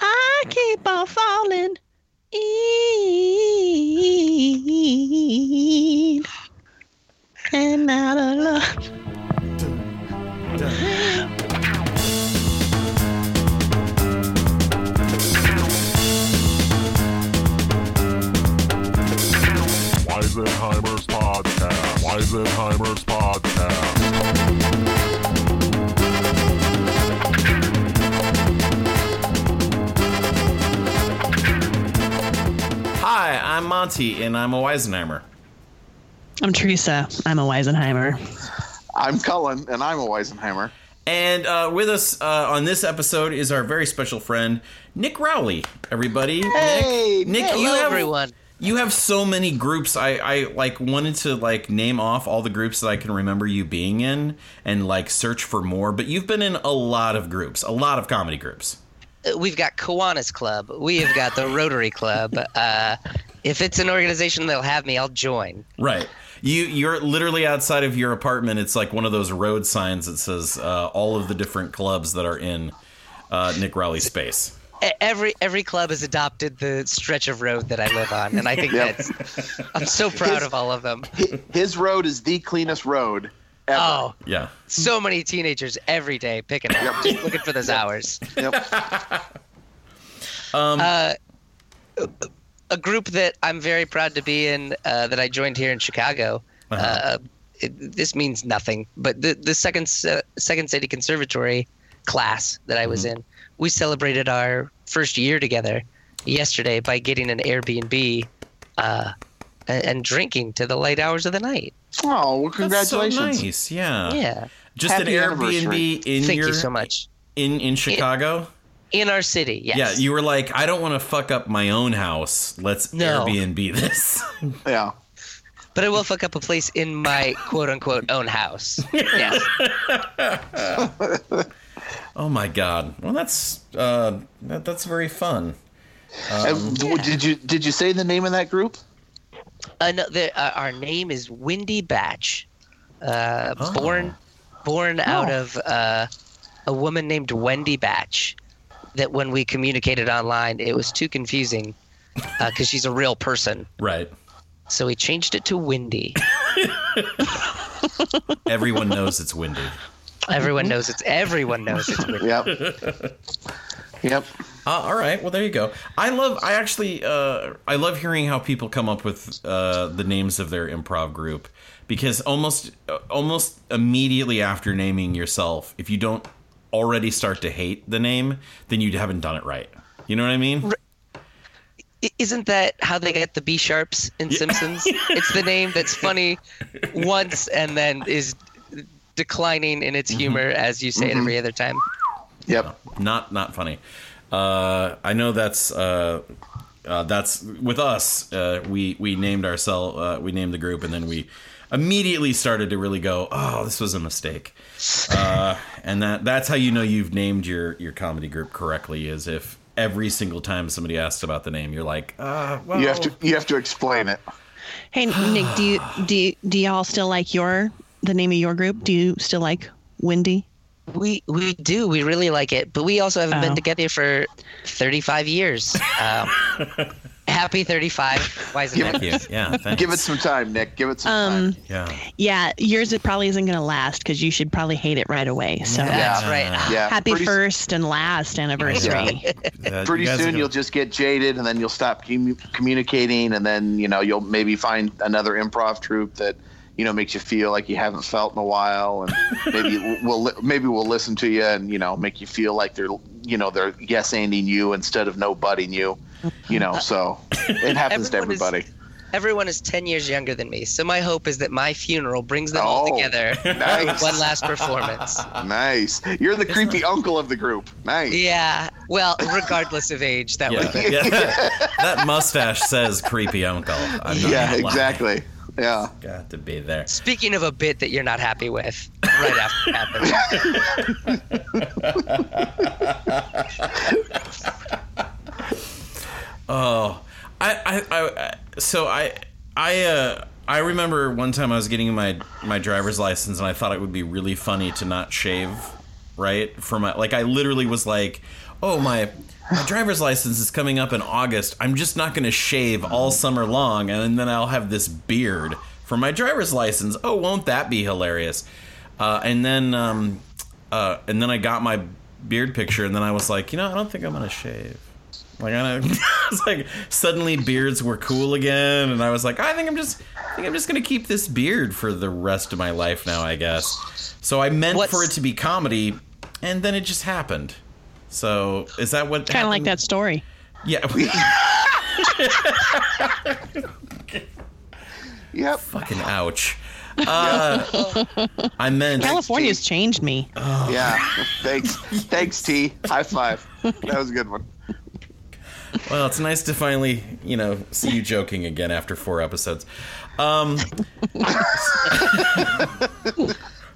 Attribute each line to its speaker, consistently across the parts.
Speaker 1: I keep on falling in and out of love.
Speaker 2: Weisenheimer's podcast. Weisenheimer's podcast.
Speaker 3: Hi, I'm Monty, and I'm a Weisenheimer.
Speaker 1: I'm Teresa. I'm a Weisenheimer.
Speaker 4: I'm Cullen, and I'm a Weisenheimer.
Speaker 3: And uh, with us uh, on this episode is our very special friend Nick Rowley. Everybody,
Speaker 4: Hey,
Speaker 3: Nick, Nick,
Speaker 4: Nick.
Speaker 3: you
Speaker 5: Hello,
Speaker 3: have
Speaker 5: everyone.
Speaker 3: you have so many groups. I, I like wanted to like name off all the groups that I can remember you being in, and like search for more. But you've been in a lot of groups, a lot of comedy groups.
Speaker 5: Uh, We've got Kiwanis Club. We have got the Rotary Club. Uh, if it's an organization that'll have me, I'll join.
Speaker 3: Right. You you're literally outside of your apartment. It's like one of those road signs that says uh, all of the different clubs that are in uh, Nick Rowley's space.
Speaker 5: E- Every every club has adopted the stretch of road that I live on, and I think
Speaker 4: Yep.
Speaker 5: that's. I'm so proud of all of them.
Speaker 4: Hi- His road is the cleanest road ever.
Speaker 5: Oh,
Speaker 3: Yeah.
Speaker 5: so many teenagers every day picking up, just looking for those hours. Uh,
Speaker 4: Yep.
Speaker 5: Um,
Speaker 3: Uh,
Speaker 5: A group that I'm very proud to be in, uh, that I joined here in Chicago. uh
Speaker 3: Uh-huh.
Speaker 5: it, this means nothing, but the the second Se- second city conservatory class that I was
Speaker 3: Mm-hmm.
Speaker 5: in, we celebrated our first year together yesterday by getting an Airbnb. Uh, and, and drinking to the late hours of the night.
Speaker 4: Oh, well,
Speaker 3: That's so
Speaker 4: congratulations.
Speaker 3: nice. Yeah.
Speaker 5: Yeah.
Speaker 3: Just
Speaker 4: Happy
Speaker 3: an
Speaker 4: anniversary.
Speaker 3: Airbnb Uh-huh. in
Speaker 5: Thank
Speaker 3: your
Speaker 5: you so much.
Speaker 3: in in Chicago.
Speaker 5: In our city, yes.
Speaker 3: Yeah, you were like, I don't want to fuck up my own house. Let's
Speaker 5: No.
Speaker 3: Airbnb this.
Speaker 4: Yeah.
Speaker 5: But I will fuck up a place in my quote unquote own house. yes.
Speaker 3: oh my god. Well, that's uh, that, that's very fun.
Speaker 4: And w- Did you did you say the name of that group?
Speaker 5: Uh, no, the, uh, our name is Windy Batch, uh,
Speaker 3: Oh.
Speaker 5: born born out of uh, a woman named Wendy Batch. That when we communicated online, it was too confusing because she's a real person.
Speaker 3: Right.
Speaker 5: So we changed it to Windy.
Speaker 3: Everyone knows it's windy.
Speaker 5: Everyone knows it's everyone knows it's Windy.
Speaker 4: Yep. yep.
Speaker 3: Uh, all right. Well, there you go. I love. I actually. Uh, I love hearing how people come up with uh, the names of their improv group because almost uh, almost immediately after naming yourself, if you don't already start to hate the name, then you haven't done it right. You know what I mean?
Speaker 5: I- Isn't that how they get the B sharps in Simpsons? it's the name that's funny once and then is declining in
Speaker 4: Mm-hmm.
Speaker 5: its humor as you say it every other time.
Speaker 4: Yep.
Speaker 3: Not not funny. Uh, I know that's. Uh, uh, that's with us. Uh, we we named ourselves. Uh, we named the group, and then we immediately started to really go. Oh, this was a mistake. Uh, and that that's how you know you've named your your comedy group correctly. Is if every single time somebody asks about the name, you're like, uh, well,
Speaker 4: You have to you have to explain it.
Speaker 1: Hey Nick, do you do you- do y'all still like your the name of your group? Do you still like Wendy?
Speaker 5: We we do. We really like it, but we also haven't
Speaker 1: Oh.
Speaker 5: been together for 35 years. Um, happy 35. Why isn't
Speaker 3: Thank
Speaker 5: that?
Speaker 3: you. Yeah, thanks.
Speaker 4: Give it some time, Nick. Give it some
Speaker 3: um,
Speaker 4: time.
Speaker 3: Yeah,
Speaker 1: Yeah, yours it probably isn't going to last because you should probably hate it right away. So
Speaker 5: That's
Speaker 3: Yeah.
Speaker 5: right.
Speaker 4: Yeah.
Speaker 1: happy
Speaker 4: pretty, s-
Speaker 1: first and last anniversary.
Speaker 3: Uh,
Speaker 4: Pretty
Speaker 3: you guys are
Speaker 4: soon
Speaker 3: gonna-
Speaker 4: you'll just get jaded, and then you'll stop commu- communicating, and then you know you'll maybe find another improv troupe that you know makes you feel like you haven't felt in a while, and maybe we'll li- maybe we'll listen to you, and you know make you feel like they're you know they're yes anding you instead of no butting you, you know. So it happens to
Speaker 5: Everyone is-
Speaker 4: everybody.
Speaker 5: Everyone is 10 years younger than me, so my hope is that my funeral brings them all
Speaker 4: Oh,
Speaker 5: together
Speaker 4: nice.
Speaker 5: for one last performance.
Speaker 4: Nice. You're the creepy uncle of the group. Nice.
Speaker 5: uh, Yeah. Well, regardless of age, that would
Speaker 3: Yeah.
Speaker 5: be.
Speaker 3: yeah. that mustache says creepy uncle. I'm not
Speaker 4: yeah
Speaker 3: gonna lie.
Speaker 4: exactly. Yeah.
Speaker 3: Got to be there.
Speaker 5: Speaking of a bit that you're not happy with, right after it happened.
Speaker 3: Oh, I, I, I so I, I, uh, I remember one time I was getting my my driver's license, and I thought it would be really funny to not shave, right? For my like, I literally was like, oh my. my driver's license is coming up in August. I'm just not going to shave all summer long, and then I'll have this beard for my driver's license. Oh, won't that be hilarious? Uh, and then, um, uh, and then I got my beard picture, and then I was like, you know, I don't think I'm going to shave. Like I, don't, it's like suddenly beards were cool again, and I was like, I think I'm just, I think I'm just gonna keep this beard for the rest of my life now, I guess. So I meant
Speaker 5: What's-
Speaker 3: for it to be comedy, and then it just happened. So is that what?
Speaker 1: Kind of like
Speaker 3: happened?
Speaker 1: that story.
Speaker 3: Yeah.
Speaker 4: Yep.
Speaker 3: Fucking ouch. Uh, I meant.
Speaker 1: California's changed me.
Speaker 4: Yeah. Thanks. Thanks, T. High five. That was a good one.
Speaker 3: Well, it's nice to finally, you know, see you joking again after four episodes. Um,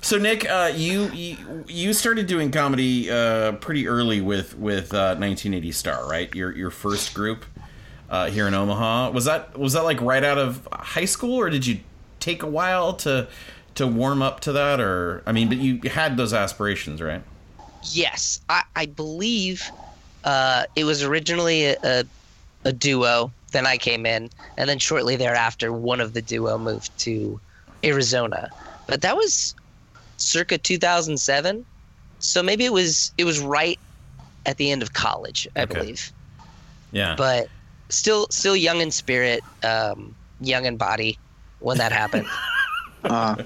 Speaker 3: so, Nick, uh, you you- you started doing comedy uh, pretty early with with uh, 1980 Star, right? Your your first group uh, here in Omaha was that was that like right out of high school, or did you take a while to to warm up to that? Or I mean, but you had those aspirations, right?
Speaker 5: Yes, I, I believe uh, it was originally a, a, a duo. Then I came in, and then shortly thereafter, one of the duo moved to Arizona. But that was circa 2007, so maybe it was it was right at the end of college, I
Speaker 3: Okay.
Speaker 5: believe.
Speaker 3: Yeah.
Speaker 5: But still, still young in spirit, um, young in body when that happened.
Speaker 4: Uh,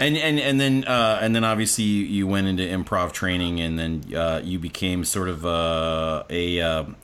Speaker 3: And and and then uh, and then obviously you, you went into improv training, and then uh, you became sort of uh, a um,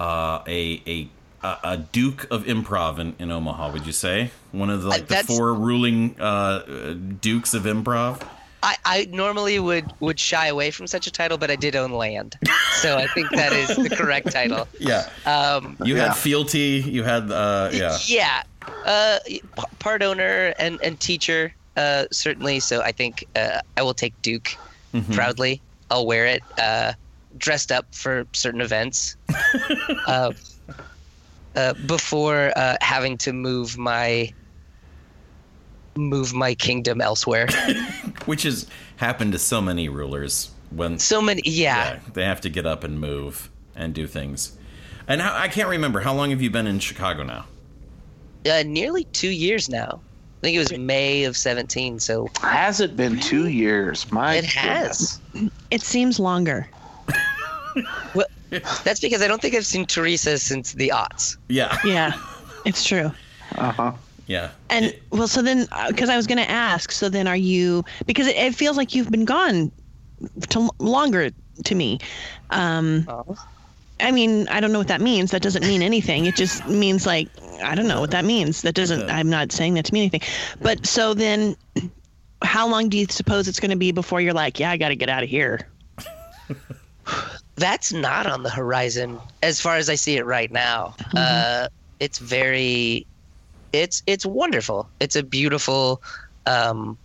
Speaker 3: uh, a a a a duke of improv in, in Omaha. Would you say one of the, like the
Speaker 5: that's-
Speaker 3: four ruling uh, uh, dukes of improv?
Speaker 5: I, I normally would would shy away from such a title, but I did own land, so I think that is the correct title.
Speaker 3: Yeah,
Speaker 5: Um,
Speaker 3: you
Speaker 4: Yeah.
Speaker 3: had fealty. You had uh, yeah.
Speaker 5: yeah, uh, p- part owner and and teacher uh, certainly. So I think uh, I will take Duke
Speaker 3: Mm-hmm. Hmm.
Speaker 5: proudly. I'll wear it uh, dressed up for certain events. uh, uh, before uh, having to move my move my kingdom elsewhere.
Speaker 3: which has happened to so many rulers when
Speaker 5: So many, yeah.
Speaker 3: yeah, they have to get up and move and do things. And how, I can't remember how long have you been in Chicago now?
Speaker 5: uh, nearly two years now. I think it was May of 17. So
Speaker 4: has it been two years? My
Speaker 5: it has.
Speaker 1: It seems longer.
Speaker 5: Well, that's because I don't think I've seen Teresa since the aughts.
Speaker 3: Yeah,
Speaker 1: Yeah, it's true.
Speaker 4: Uh huh.
Speaker 3: yeah.
Speaker 1: And well, so then, because I was going to ask, so then are you? Because it, it feels like you've been gone to l- longer to me. Um,
Speaker 5: Oh.
Speaker 1: I mean, I don't know what that means. That doesn't mean anything. It just means like I don't know what that means. That doesn't. I'm not saying that to mean anything. But so then, how long do you suppose it's going to be before you're like, yeah, I got to get out of here?
Speaker 5: That's not on the horizon as far as I see it right now. Uh, it's very, it's it's wonderful. It's a beautiful um,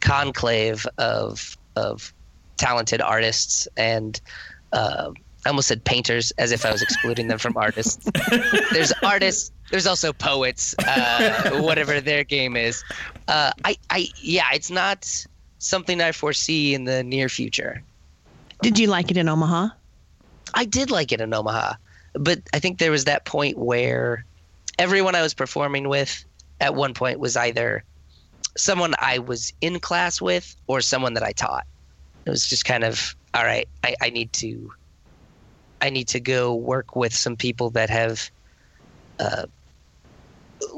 Speaker 5: conclave of of talented artists and. Uh, I almost said painters, as if I was excluding them from artists. there's artists. There's also poets. Uh, whatever their game is, uh, I, I, yeah, it's not something I foresee in the near future.
Speaker 1: Did you like it in Omaha?
Speaker 5: I did like it in Omaha, but I think there was that point where everyone I was performing with at one point was either someone I was in class with or someone that I taught. It was just kind of all right. I, I need to, I need to go work with some people that have uh,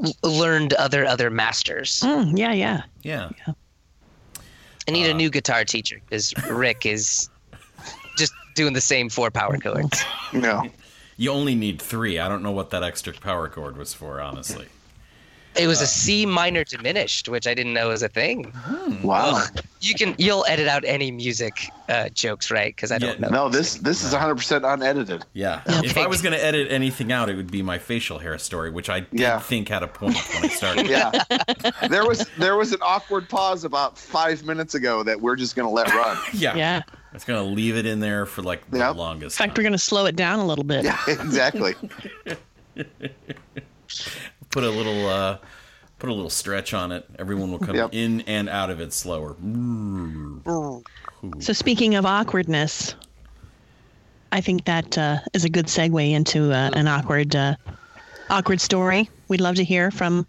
Speaker 5: l- learned other other masters.
Speaker 1: Mm, yeah, yeah.
Speaker 3: Yeah.
Speaker 5: I need a
Speaker 3: Uh,
Speaker 5: new guitar teacher because Rick is just doing the same four power chords.
Speaker 4: No.
Speaker 3: You only need three. I don't know what that extra power chord was for, honestly.
Speaker 5: It
Speaker 4: Uh,
Speaker 5: was a C minor diminished, which I didn't know was a thing. Oh,
Speaker 4: Wow.
Speaker 5: You can you'll edit out any music uh, jokes, right? Because I don't
Speaker 3: Yeah,
Speaker 5: know.
Speaker 4: No, this this is 100% unedited.
Speaker 3: Yeah. If
Speaker 5: Okay.
Speaker 3: I was going to edit anything out, it would be my facial hair story, which I did
Speaker 4: Yeah.
Speaker 3: think had a point when I started.
Speaker 4: Yeah. there was there was an awkward pause about 5 minutes ago that we're just going to let run.
Speaker 3: yeah.
Speaker 1: Yeah.
Speaker 3: I was going to leave it in there for like the
Speaker 4: Yep.
Speaker 3: longest.
Speaker 1: In fact, we're
Speaker 3: time.
Speaker 1: going to slow it down a little bit.
Speaker 4: Yeah, exactly.
Speaker 3: put a little uh put a little stretch on it. Everyone will come
Speaker 4: Yep.
Speaker 3: in and out of it slower.
Speaker 1: So speaking of awkwardness, I think that uh, is a good segue into uh, an awkward, uh, awkward story. We'd love to hear from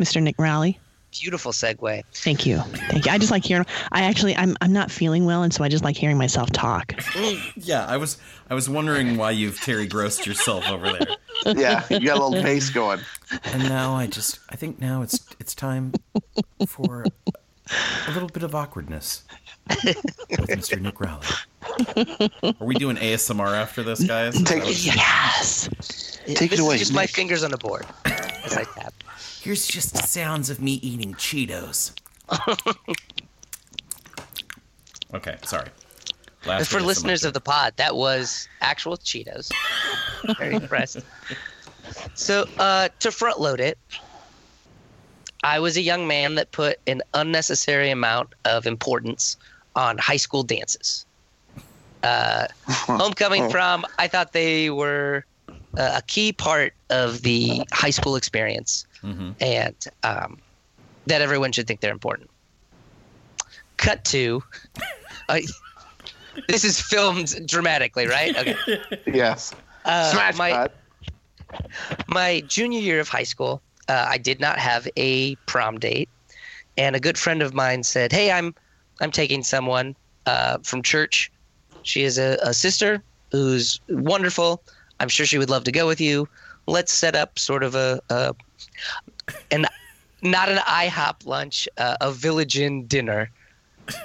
Speaker 1: Mr. Nick Rowley.
Speaker 5: Beautiful segue.
Speaker 1: Thank you, thank you. I just like hearing. I actually, I'm, I'm not feeling well, and so I just like hearing myself talk.
Speaker 3: Yeah, I was I was wondering why you've Terry Grossed yourself over there.
Speaker 4: Yeah, you got a little pace going.
Speaker 3: And now I just I think now it's it's time for a little bit of awkwardness with Mr. Nick Rowley. Are we doing ASMR after this, guys? Is that what-
Speaker 1: Yes.
Speaker 4: Take it
Speaker 5: This is
Speaker 4: away.
Speaker 5: just my
Speaker 4: Nick.
Speaker 5: fingers on the board as I tap.
Speaker 3: Here's just sounds of me eating Cheetos. okay, sorry. Last
Speaker 5: For
Speaker 3: ASMR.
Speaker 5: listeners of the pod, that was actual Cheetos. Very impressed. So, uh, to front load it, I was a young man that put an unnecessary amount of importance on high school dances. Uh, homecoming prom, I thought they were uh, a key part of the high school experience
Speaker 3: Mm-hmm.
Speaker 5: and um, that everyone should think they're important. Cut to. I this is filmed dramatically, right? Okay.
Speaker 4: Yes.
Speaker 5: Uh,
Speaker 4: Smash
Speaker 5: my,
Speaker 4: cut.
Speaker 5: my junior year of high school, uh, I did not have a prom date, and a good friend of mine said, "Hey, I'm I'm taking someone uh, from church. She is a, a sister who's wonderful. I'm sure she would love to go with you. Let's set up sort of a, a an not an IHOP lunch, uh, a Village Inn dinner."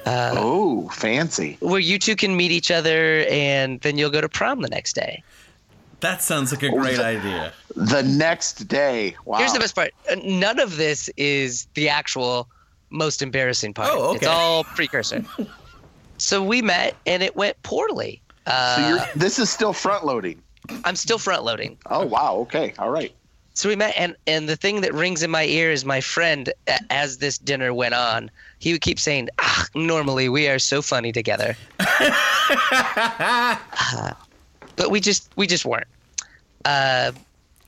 Speaker 5: uh,
Speaker 4: Oh, fancy.
Speaker 5: Where you two can meet each other, and then you'll go to prom the next day.
Speaker 3: That sounds like a
Speaker 5: Oh.
Speaker 3: great idea.
Speaker 4: The next day. Wow.
Speaker 5: Here's the best part. Uh, None of this is the actual most embarrassing part.
Speaker 3: Oh, okay.
Speaker 5: It's all precursor. so we met and it went poorly.
Speaker 4: So
Speaker 5: Uh,
Speaker 4: you're, this is still front loading.
Speaker 5: I'm still front loading.
Speaker 4: Oh wow. Okay. All right.
Speaker 5: So we met and, and the thing that rings in my ear is my friend, a- as this dinner went on, he would keep saying, ah, normally we are so funny together. Uh, but we just, we just weren't. Uh,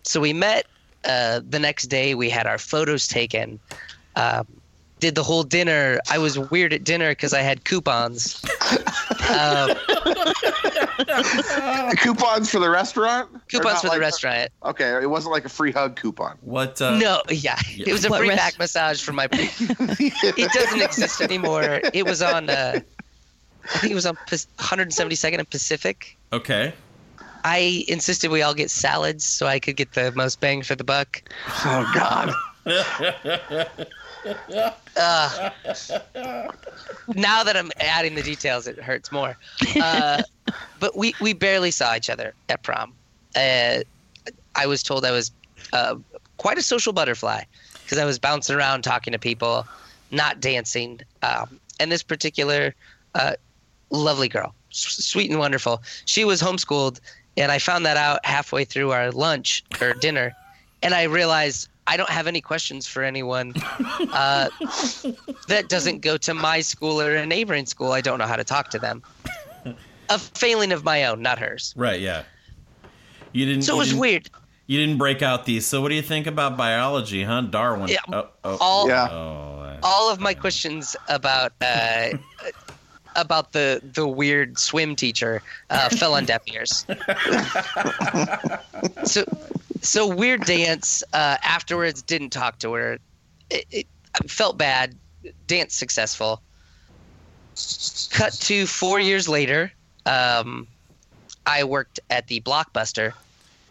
Speaker 5: so we met uh, the next day. We had our photos taken. Uh, did the whole dinner. I was weird at dinner because I had coupons. uh,
Speaker 4: Coupons for the restaurant. Or
Speaker 5: coupons
Speaker 4: not
Speaker 5: for the
Speaker 4: like-
Speaker 5: restaurant.
Speaker 4: Okay. It wasn't like a free hug coupon.
Speaker 3: What? Uh,
Speaker 5: No, yeah, it was a
Speaker 1: What
Speaker 5: free
Speaker 1: rest-
Speaker 5: back massage for my. it doesn't exist anymore. It was on. Uh, I think it was on Pas- 172nd and Pacific.
Speaker 3: Okay.
Speaker 5: I insisted we all get salads so I could get the most bang for the buck.
Speaker 4: Oh God.
Speaker 5: Uh, Now that I'm adding the details, it hurts more. Uh, but we we barely saw each other at prom. Uh, I was told I was uh, quite a social butterfly because I was bouncing around talking to people, not dancing. Um, and this particular uh, lovely girl, s- sweet and wonderful, she was homeschooled, and I found that out halfway through our lunch or dinner, and I realized I don't have any questions for anyone uh, that doesn't go to my school or a neighboring school. I don't know how to talk to them. A failing of my own, not hers.
Speaker 3: Right. Yeah. You didn't.
Speaker 5: So
Speaker 3: you
Speaker 5: it was
Speaker 3: didn't-
Speaker 5: weird.
Speaker 3: You didn't break out these. So what do you think about biology, huh, Darwin?
Speaker 5: Yeah.
Speaker 3: Oh, oh,
Speaker 5: All
Speaker 4: Yeah.
Speaker 3: oh, uh,
Speaker 5: all of my questions about uh, about the the weird swim teacher uh, fell on deaf ears. so so weird dance uh, afterwards didn't talk to her. It, it I felt bad. Dance successful. Cut to four years later. Um, I worked at the Blockbuster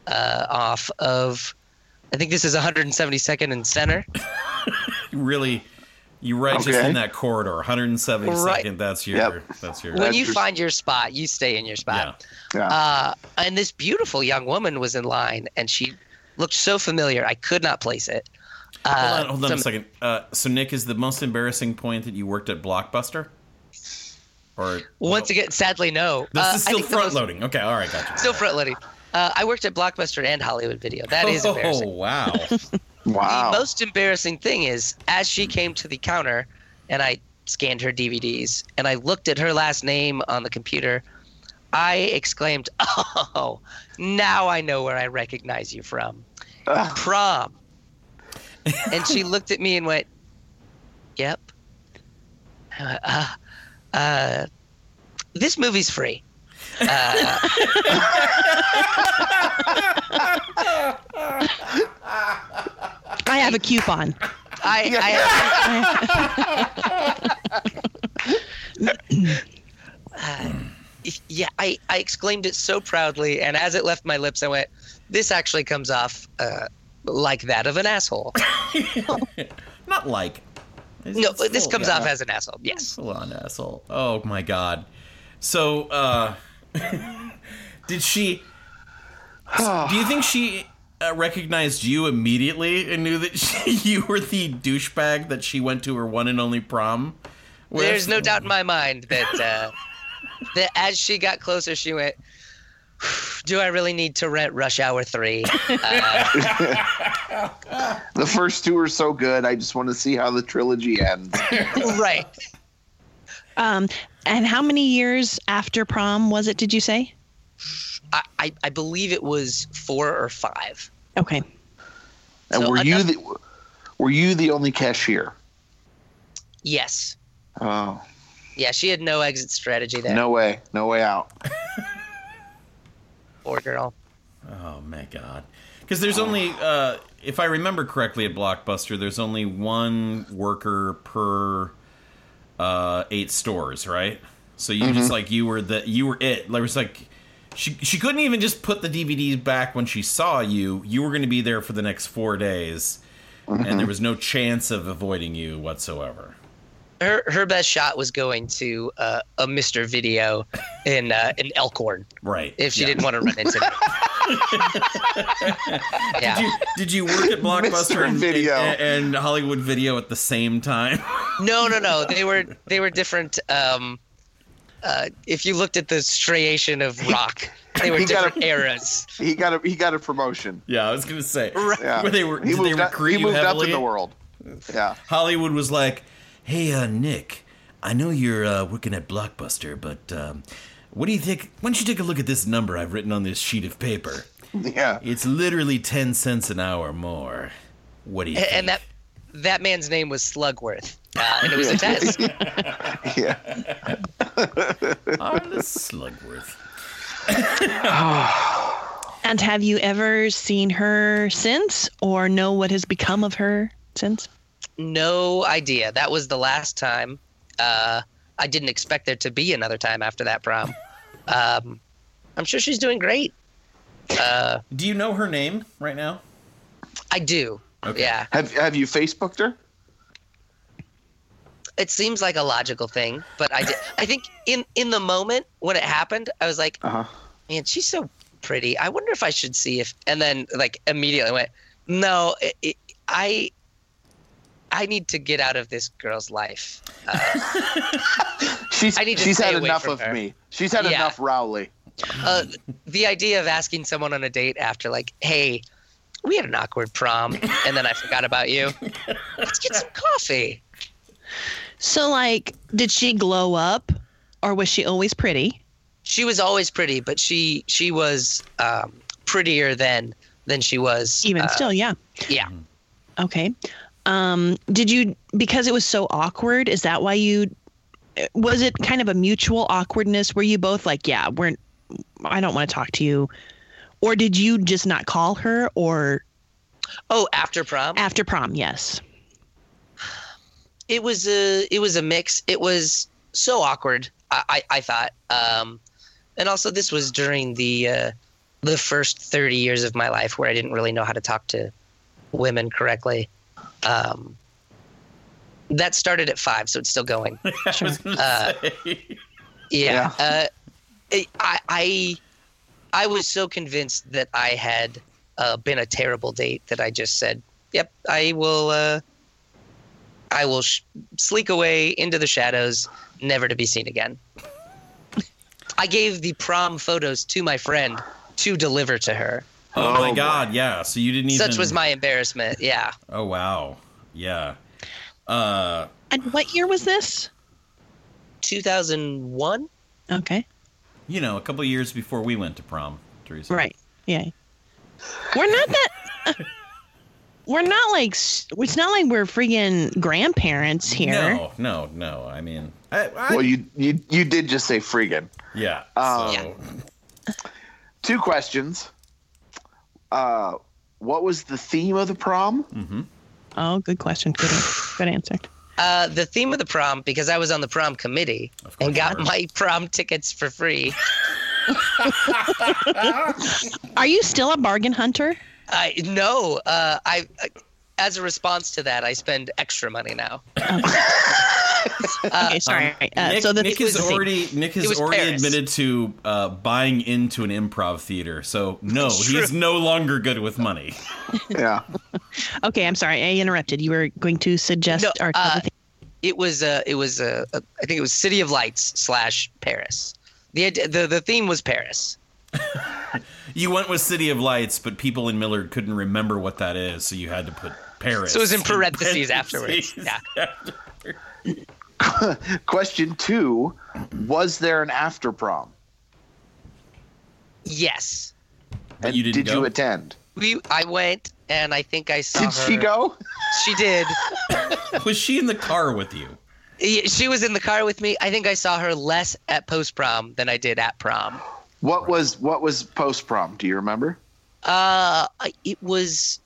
Speaker 5: uh, off of. I think this is 172nd and Center.
Speaker 3: you really, you right just
Speaker 4: Okay.
Speaker 3: in that corridor, 172nd.
Speaker 5: Right. Uh,
Speaker 3: That's your.
Speaker 4: Yep.
Speaker 3: That's your.
Speaker 5: when
Speaker 4: That's
Speaker 5: you
Speaker 4: your-
Speaker 5: find your spot, you stay in your
Speaker 3: yeah.
Speaker 5: spot.
Speaker 4: Yeah.
Speaker 5: Uh, and this beautiful young woman was in line, and she looked so familiar, I could not place it. Uh,
Speaker 3: Hold on, hold on a
Speaker 5: some-
Speaker 3: second. Uh, so Nick, is the most embarrassing point that you worked at Blockbuster? Or
Speaker 5: Once again, sadly, no.
Speaker 3: this
Speaker 5: Uh,
Speaker 3: is
Speaker 5: I
Speaker 3: still
Speaker 5: think the
Speaker 3: front
Speaker 5: most-
Speaker 3: loading. Okay, all right, gotcha.
Speaker 5: Still front loading. Uh, I worked at Blockbuster and Hollywood Video. That is
Speaker 3: oh
Speaker 5: embarrassing.
Speaker 3: wow!
Speaker 4: wow.
Speaker 5: The most embarrassing thing is as she came to the counter and I scanned her DVDs and I looked at her last name on the computer, I exclaimed, Oh, now I know where I recognize you from. Prom. and she looked at me and went, Yep. Uh, uh, this movie's free. Uh,
Speaker 1: I have a coupon.
Speaker 5: I, I, uh, yeah, I, I exclaimed it so proudly, and as it left my lips, I went, "This actually comes off uh, like that of an asshole."
Speaker 3: Not like. It's-
Speaker 5: No,
Speaker 3: it's
Speaker 5: this
Speaker 3: full-
Speaker 5: comes
Speaker 3: Oh, yeah.
Speaker 5: off as an asshole. Yes.
Speaker 3: Full on asshole. Oh my god. So, uh, did she? do you think she uh, recognized you immediately and knew that she, you were the douchebag that she went to her one and only prom? with?
Speaker 5: There's no doubt in my mind that uh, that as she got closer, she went, "Do I really need to rent Rush Hour 3? Uh,
Speaker 4: The first two are so good. I just want to see how the trilogy ends.
Speaker 5: right.
Speaker 1: Um, and how many years after prom was it? Did you say?
Speaker 5: I, I, I believe it was four or five.
Speaker 1: Okay.
Speaker 4: And
Speaker 5: So
Speaker 4: were you
Speaker 5: enough-
Speaker 4: the were you the only cashier?
Speaker 5: Yes.
Speaker 4: Oh,
Speaker 5: Yeah, she had no exit strategy there.
Speaker 4: no way, no way out.
Speaker 5: Poor girl.
Speaker 3: Oh my god. Because there's only, uh, if I remember correctly, at Blockbuster, there's only one worker per uh, eight stores, right? So you
Speaker 5: Mm-hmm.
Speaker 3: just like you were the you were it. There was like she she couldn't even just put the DVDs back when she saw you. You were going to be there for the next four days, and there
Speaker 5: Mm-hmm.
Speaker 3: was no chance of avoiding you whatsoever.
Speaker 5: Her her best shot was going to uh, a Mr. Video in uh, in Elkhorn
Speaker 3: Right.
Speaker 5: if she
Speaker 3: Yeah.
Speaker 5: didn't want to run into me. yeah.
Speaker 3: Did you, did you work at Blockbuster and,
Speaker 4: Video.
Speaker 3: and, and Hollywood Video at the same time?
Speaker 5: No, no, no. They were they were different. Um, uh, if you looked at the striation of rock, they were
Speaker 4: he got a-
Speaker 5: different eras.
Speaker 4: He got a he got a promotion.
Speaker 3: yeah, I was going to say.
Speaker 5: Right.
Speaker 4: Yeah,
Speaker 3: Where they were-
Speaker 4: he
Speaker 3: did they
Speaker 4: moved, up,
Speaker 3: recruit
Speaker 4: he
Speaker 3: you
Speaker 4: moved up
Speaker 3: heavily?
Speaker 4: in the world. Yeah,
Speaker 3: Hollywood was like, "Hey, uh, Nick, I know you're uh, working at Blockbuster, but um, what do you think? Why don't you take a look at this number I've written on this sheet of paper?
Speaker 4: yeah.
Speaker 3: It's literally ten cents an hour more. What do you?"
Speaker 5: A- And
Speaker 3: think?"
Speaker 5: that that man's name was Slugworth, uh, and it was a test.
Speaker 4: yeah.
Speaker 3: Arliss Ah, Slugworth.
Speaker 1: And have you ever seen her since, or know what has become of her since?
Speaker 5: No idea. That was the last time. Uh, I didn't expect there to be another time after that prom. Um, I'm sure she's doing great. Uh,
Speaker 3: Do you know her name right now?
Speaker 5: I do.
Speaker 3: Okay.
Speaker 5: Yeah.
Speaker 4: Have have you Facebooked her?
Speaker 5: it seems like a logical thing, but I did, I think in in the moment when it happened, I was like,
Speaker 4: Uh-huh.
Speaker 5: man, she's so pretty. I wonder if I should see if. And then like immediately went, no, it, it, I. I need to get out of this girl's life.
Speaker 4: She's
Speaker 5: I need to
Speaker 4: she's
Speaker 5: stay
Speaker 4: had
Speaker 5: away
Speaker 4: enough
Speaker 5: from
Speaker 4: of
Speaker 5: her.
Speaker 4: me. She's had
Speaker 5: Yeah.
Speaker 4: enough Rowley.
Speaker 1: Hmm.
Speaker 5: Uh, the idea of asking someone on a date after, like, "Hey, we had an awkward prom, and then I forgot about you. Let's get some coffee."
Speaker 1: So, like, did she glow up, or was she always pretty?
Speaker 5: She was always pretty, but she she was um, prettier then than she was
Speaker 1: Even
Speaker 5: uh,
Speaker 1: still, Hmm. yeah.
Speaker 5: Yeah.
Speaker 1: Okay. Um, did you because it was so awkward? Is that why you? Was it kind of a mutual awkwardness? Were you both like, yeah, we're, I don't want to talk to you, or did you just not call her? Or
Speaker 5: Oh, after prom,
Speaker 1: after prom, yes.
Speaker 5: it was a it was a mix. It was so awkward. I I, I thought, um, and also this was during the uh, the first thirty years of my life where I didn't really know how to talk to women correctly. Um, that started at five, so it's still going.
Speaker 3: I was gonna
Speaker 5: Uh,
Speaker 3: say.
Speaker 5: Yeah. Uh, it- I, I I was so convinced that I had uh, been a terrible date that I just said, "Yep, I will. Uh, I will sh- sleek away into the shadows, never to be seen again." I gave the prom photos to my friend to deliver to her.
Speaker 3: Oh, my
Speaker 4: Oh, boy.
Speaker 3: god, yeah. So you didn't even
Speaker 5: Such was my embarrassment. Yeah,
Speaker 3: Oh wow. Yeah. Uh
Speaker 1: And what year was this?
Speaker 5: 2001.
Speaker 1: Okay.
Speaker 3: you know, a couple years before we went to prom, Teresa.
Speaker 1: Right. Yeah. We're not that. we're not like. s- It's not like we're freaking grandparents here.
Speaker 3: No, no, no. I mean, I, I,
Speaker 4: Well, you you you did just say friggin'.
Speaker 3: Yeah.
Speaker 4: Um,
Speaker 3: so,
Speaker 4: Two questions. Uh, what was the theme of the prom?
Speaker 3: mm-hmm.
Speaker 1: Oh, good question. Good, answer. good answer.
Speaker 5: Uh, the theme of the prom, because I was on the prom committee
Speaker 3: Of course
Speaker 5: and
Speaker 3: you
Speaker 5: got
Speaker 3: were.
Speaker 5: my prom tickets for free.
Speaker 1: Are you still a bargain hunter?
Speaker 5: I no, uh, I, I as a response to that, I spend extra money now.
Speaker 1: okay, sorry. uh,
Speaker 3: Nick,
Speaker 1: so the
Speaker 3: Nick
Speaker 1: thing was
Speaker 3: has
Speaker 1: the theme.
Speaker 3: already Nick has
Speaker 5: was
Speaker 3: already
Speaker 5: Paris.
Speaker 3: admitted to uh, buying into an improv theater. So no,
Speaker 5: It's true.
Speaker 3: he's no longer good with money.
Speaker 4: Yeah.
Speaker 1: Okay, I'm sorry. I interrupted. You were going to suggest
Speaker 5: No,
Speaker 1: our
Speaker 5: uh,
Speaker 1: the theme.
Speaker 5: It was uh, it was uh, uh, I think it was City of Lights slash Paris. The, idea- the the theme was Paris.
Speaker 3: You went with City of Lights, but people in Millard couldn't remember what that is, so you had to put Paris.
Speaker 5: So it was in parentheses afterwards.
Speaker 3: parentheses.
Speaker 5: Yeah.
Speaker 4: Question two: Was there an after prom?
Speaker 5: Yes.
Speaker 3: But you didn't
Speaker 4: did you
Speaker 3: go?
Speaker 4: attend?
Speaker 5: We I went and I think I saw
Speaker 4: Did
Speaker 5: her.
Speaker 4: she go?
Speaker 5: She did.
Speaker 3: Was she in the car with you?
Speaker 5: Yeah, She was in the car with me. I think I saw her less at post prom than I did at prom.
Speaker 4: What was what was post prom? Do you remember?
Speaker 5: Uh, I- it was.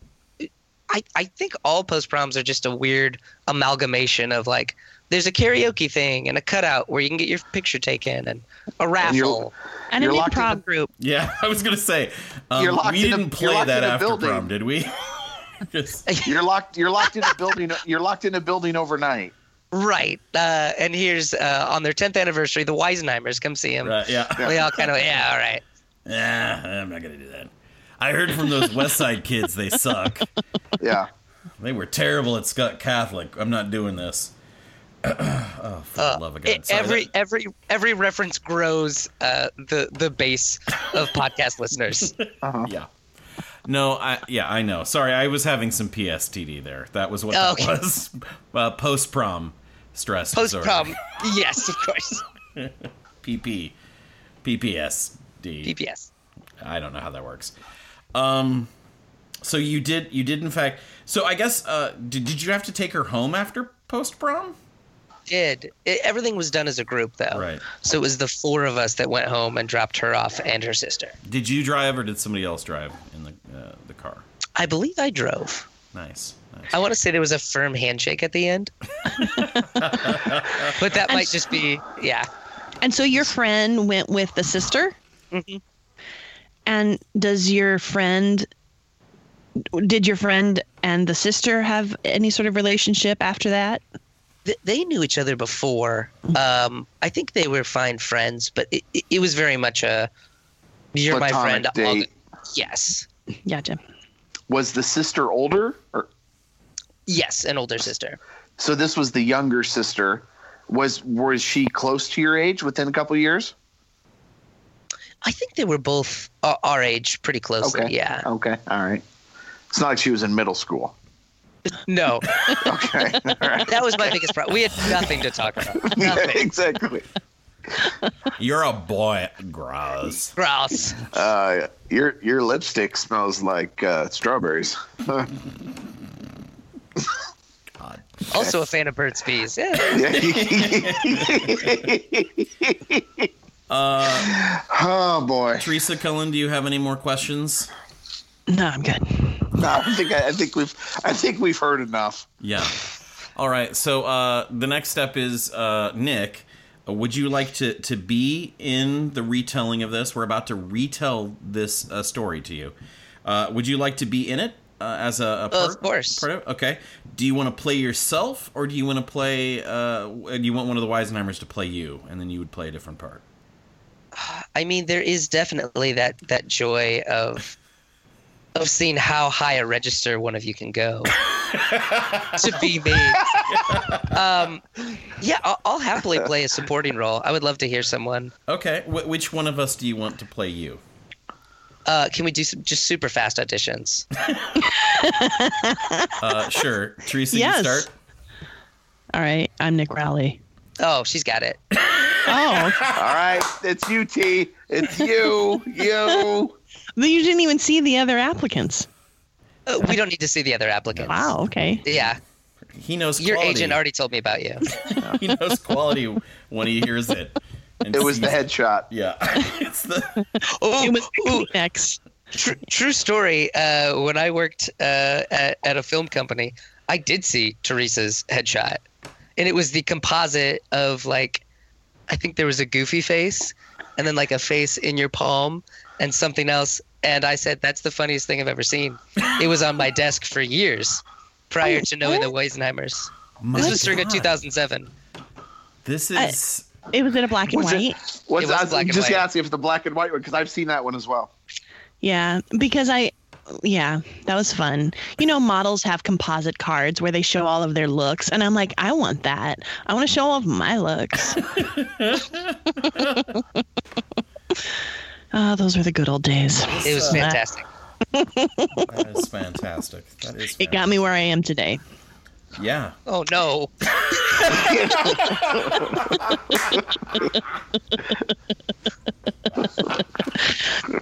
Speaker 5: I I think all post proms are just a weird amalgamation of like. There's a karaoke thing and a cutout where you can get your picture taken and a
Speaker 4: you're-
Speaker 5: raffle.
Speaker 1: And an
Speaker 4: you're locked in
Speaker 1: improv
Speaker 4: the-
Speaker 1: group.
Speaker 3: Yeah, I was gonna say um,
Speaker 4: You're locked
Speaker 3: we
Speaker 4: in a-
Speaker 3: didn't
Speaker 4: you're
Speaker 3: play
Speaker 4: locked
Speaker 3: that
Speaker 4: in a
Speaker 3: after
Speaker 4: building.
Speaker 3: prom, did we? Just
Speaker 4: You're locked. You're locked in a building. You're locked in a building overnight.
Speaker 5: Right. Uh, and here's uh, on their 10th anniversary, the Weisenheimers come see him.
Speaker 3: right, yeah.
Speaker 5: We all kind of yeah, all right.
Speaker 3: Ah, I'm not gonna do that. I heard from those West Side kids they suck.
Speaker 4: Yeah.
Speaker 3: They were terrible at Scott Catholic. I'm not doing this. oh, for the love of God!
Speaker 5: Uh, It-
Speaker 3: Sorry,
Speaker 5: every
Speaker 3: that-
Speaker 5: every every reference grows uh, the the base of podcast listeners.
Speaker 3: yeah. No, I yeah, I know. Sorry, I was having some PSTD there. That was what
Speaker 5: Okay.
Speaker 3: that was. Uh, post prom stress.
Speaker 5: Post
Speaker 3: disorder.
Speaker 5: prom, yes, of course.
Speaker 3: PP, PPSD.
Speaker 5: PPS.
Speaker 3: I don't know how that works. Um, so you did you did in fact. So I guess uh, did did you have to take her home after post prom?
Speaker 5: Did it, everything was done as a group though,
Speaker 3: Right.
Speaker 5: So it was the four of us that went home and dropped her off and her sister.
Speaker 3: Did you drive or did somebody else drive in the uh, the car?
Speaker 5: I believe I drove.
Speaker 3: Nice. nice.
Speaker 5: I want to say there was a firm handshake at the end, but that might just be yeah.
Speaker 1: And so your friend went with the sister? And does your friend, did your friend and the sister have any sort of relationship after that?
Speaker 5: th- they knew each other before. Um, I think they were fine friends, but it, it, it was very much a you're my friend.
Speaker 4: Platonic
Speaker 5: I'll-
Speaker 4: date.
Speaker 5: Yes,
Speaker 1: Yeah, Jim.
Speaker 4: Was the sister older? Or,
Speaker 5: yes, an older sister.
Speaker 4: so this was the younger sister. Was was she close to your age? Within a couple years?
Speaker 5: I think they were both our, our age, pretty closely.
Speaker 4: Okay.
Speaker 5: Yeah.
Speaker 4: Okay. All right. It's not like she was in middle school.
Speaker 5: No,
Speaker 4: Okay. All right.
Speaker 5: that was my biggest problem. We had nothing to talk about. Nothing.
Speaker 4: exactly.
Speaker 3: You're a boy, gross.
Speaker 5: Gross.
Speaker 4: Uh, your your lipstick smells like uh, strawberries.
Speaker 3: God.
Speaker 5: Also a fan of Burt's Bees. Yeah.
Speaker 3: Uh,
Speaker 4: oh boy.
Speaker 3: Teresa Cullen, do you have any more questions?
Speaker 1: No, I'm good.
Speaker 4: No, I think I, I think we've I think we've heard enough.
Speaker 3: Yeah. All right. So uh, the next step is uh, Nick. uh, Would you like to to be in the retelling of this? We're about to retell this uh, story to you. Uh, would you like to be in it uh, as a, a part?
Speaker 5: Of course.
Speaker 3: part of- okay. Do you want to play yourself, or do you want to play? Uh, do you want one of the Weisenheimers to play you, and then you would play a different part?
Speaker 5: I mean, there is definitely that that joy of of seeing how high a register one of you can go to be me. Um, yeah, I'll, I'll happily play a supporting role. I would love to hear someone.
Speaker 3: Okay. Wh- which one of us do you want to play you?
Speaker 5: Uh, can we do some, just super fast auditions?
Speaker 3: Uh, sure. Teresa,
Speaker 1: Yes.
Speaker 3: you start.
Speaker 1: All right, I'm Nick Rowley.
Speaker 5: Oh, she's got it.
Speaker 1: Oh,
Speaker 4: All right, it's you, T. It's you, you.
Speaker 1: but you didn't even see the other applicants.
Speaker 5: Uh, we don't need to see the other applicants.
Speaker 1: Wow, okay.
Speaker 5: Yeah,
Speaker 3: He knows
Speaker 5: your
Speaker 3: quality.
Speaker 5: agent already told me about you.
Speaker 3: he knows quality when he hears it. and
Speaker 4: It was the
Speaker 3: sees-
Speaker 4: headshot.
Speaker 3: Yeah, it's the
Speaker 5: Oh,
Speaker 1: It was
Speaker 5: ooh,
Speaker 1: Kleenex.
Speaker 5: true, true story. Uh, when I worked uh, at, at a film company, I did see Teresa's headshot, and it was the composite of like, I think there was a goofy face, and then like a face in your palm, and something else. And I said, "That's the funniest thing I've ever seen." It was on my desk for years, prior to knowing the Weisenheimers. This
Speaker 3: Oh, My
Speaker 5: was circa
Speaker 3: God.
Speaker 5: 2007.
Speaker 3: This is
Speaker 1: It was in a black and
Speaker 4: Was
Speaker 1: white.
Speaker 4: it- What's,
Speaker 5: It was
Speaker 4: I was
Speaker 5: black and
Speaker 4: just
Speaker 5: white.
Speaker 4: asking if the black and white one because I've seen that one as well.
Speaker 1: Yeah, because I, yeah, that was fun. You know, models have composite cards where they show all of their looks, and I'm like, I want that. I want to show all of my looks. Ah, those were the good old days.
Speaker 5: It was fantastic.
Speaker 3: that is fantastic. That is.
Speaker 1: It got me where I am today.
Speaker 3: fantastic. Yeah.
Speaker 5: Oh no.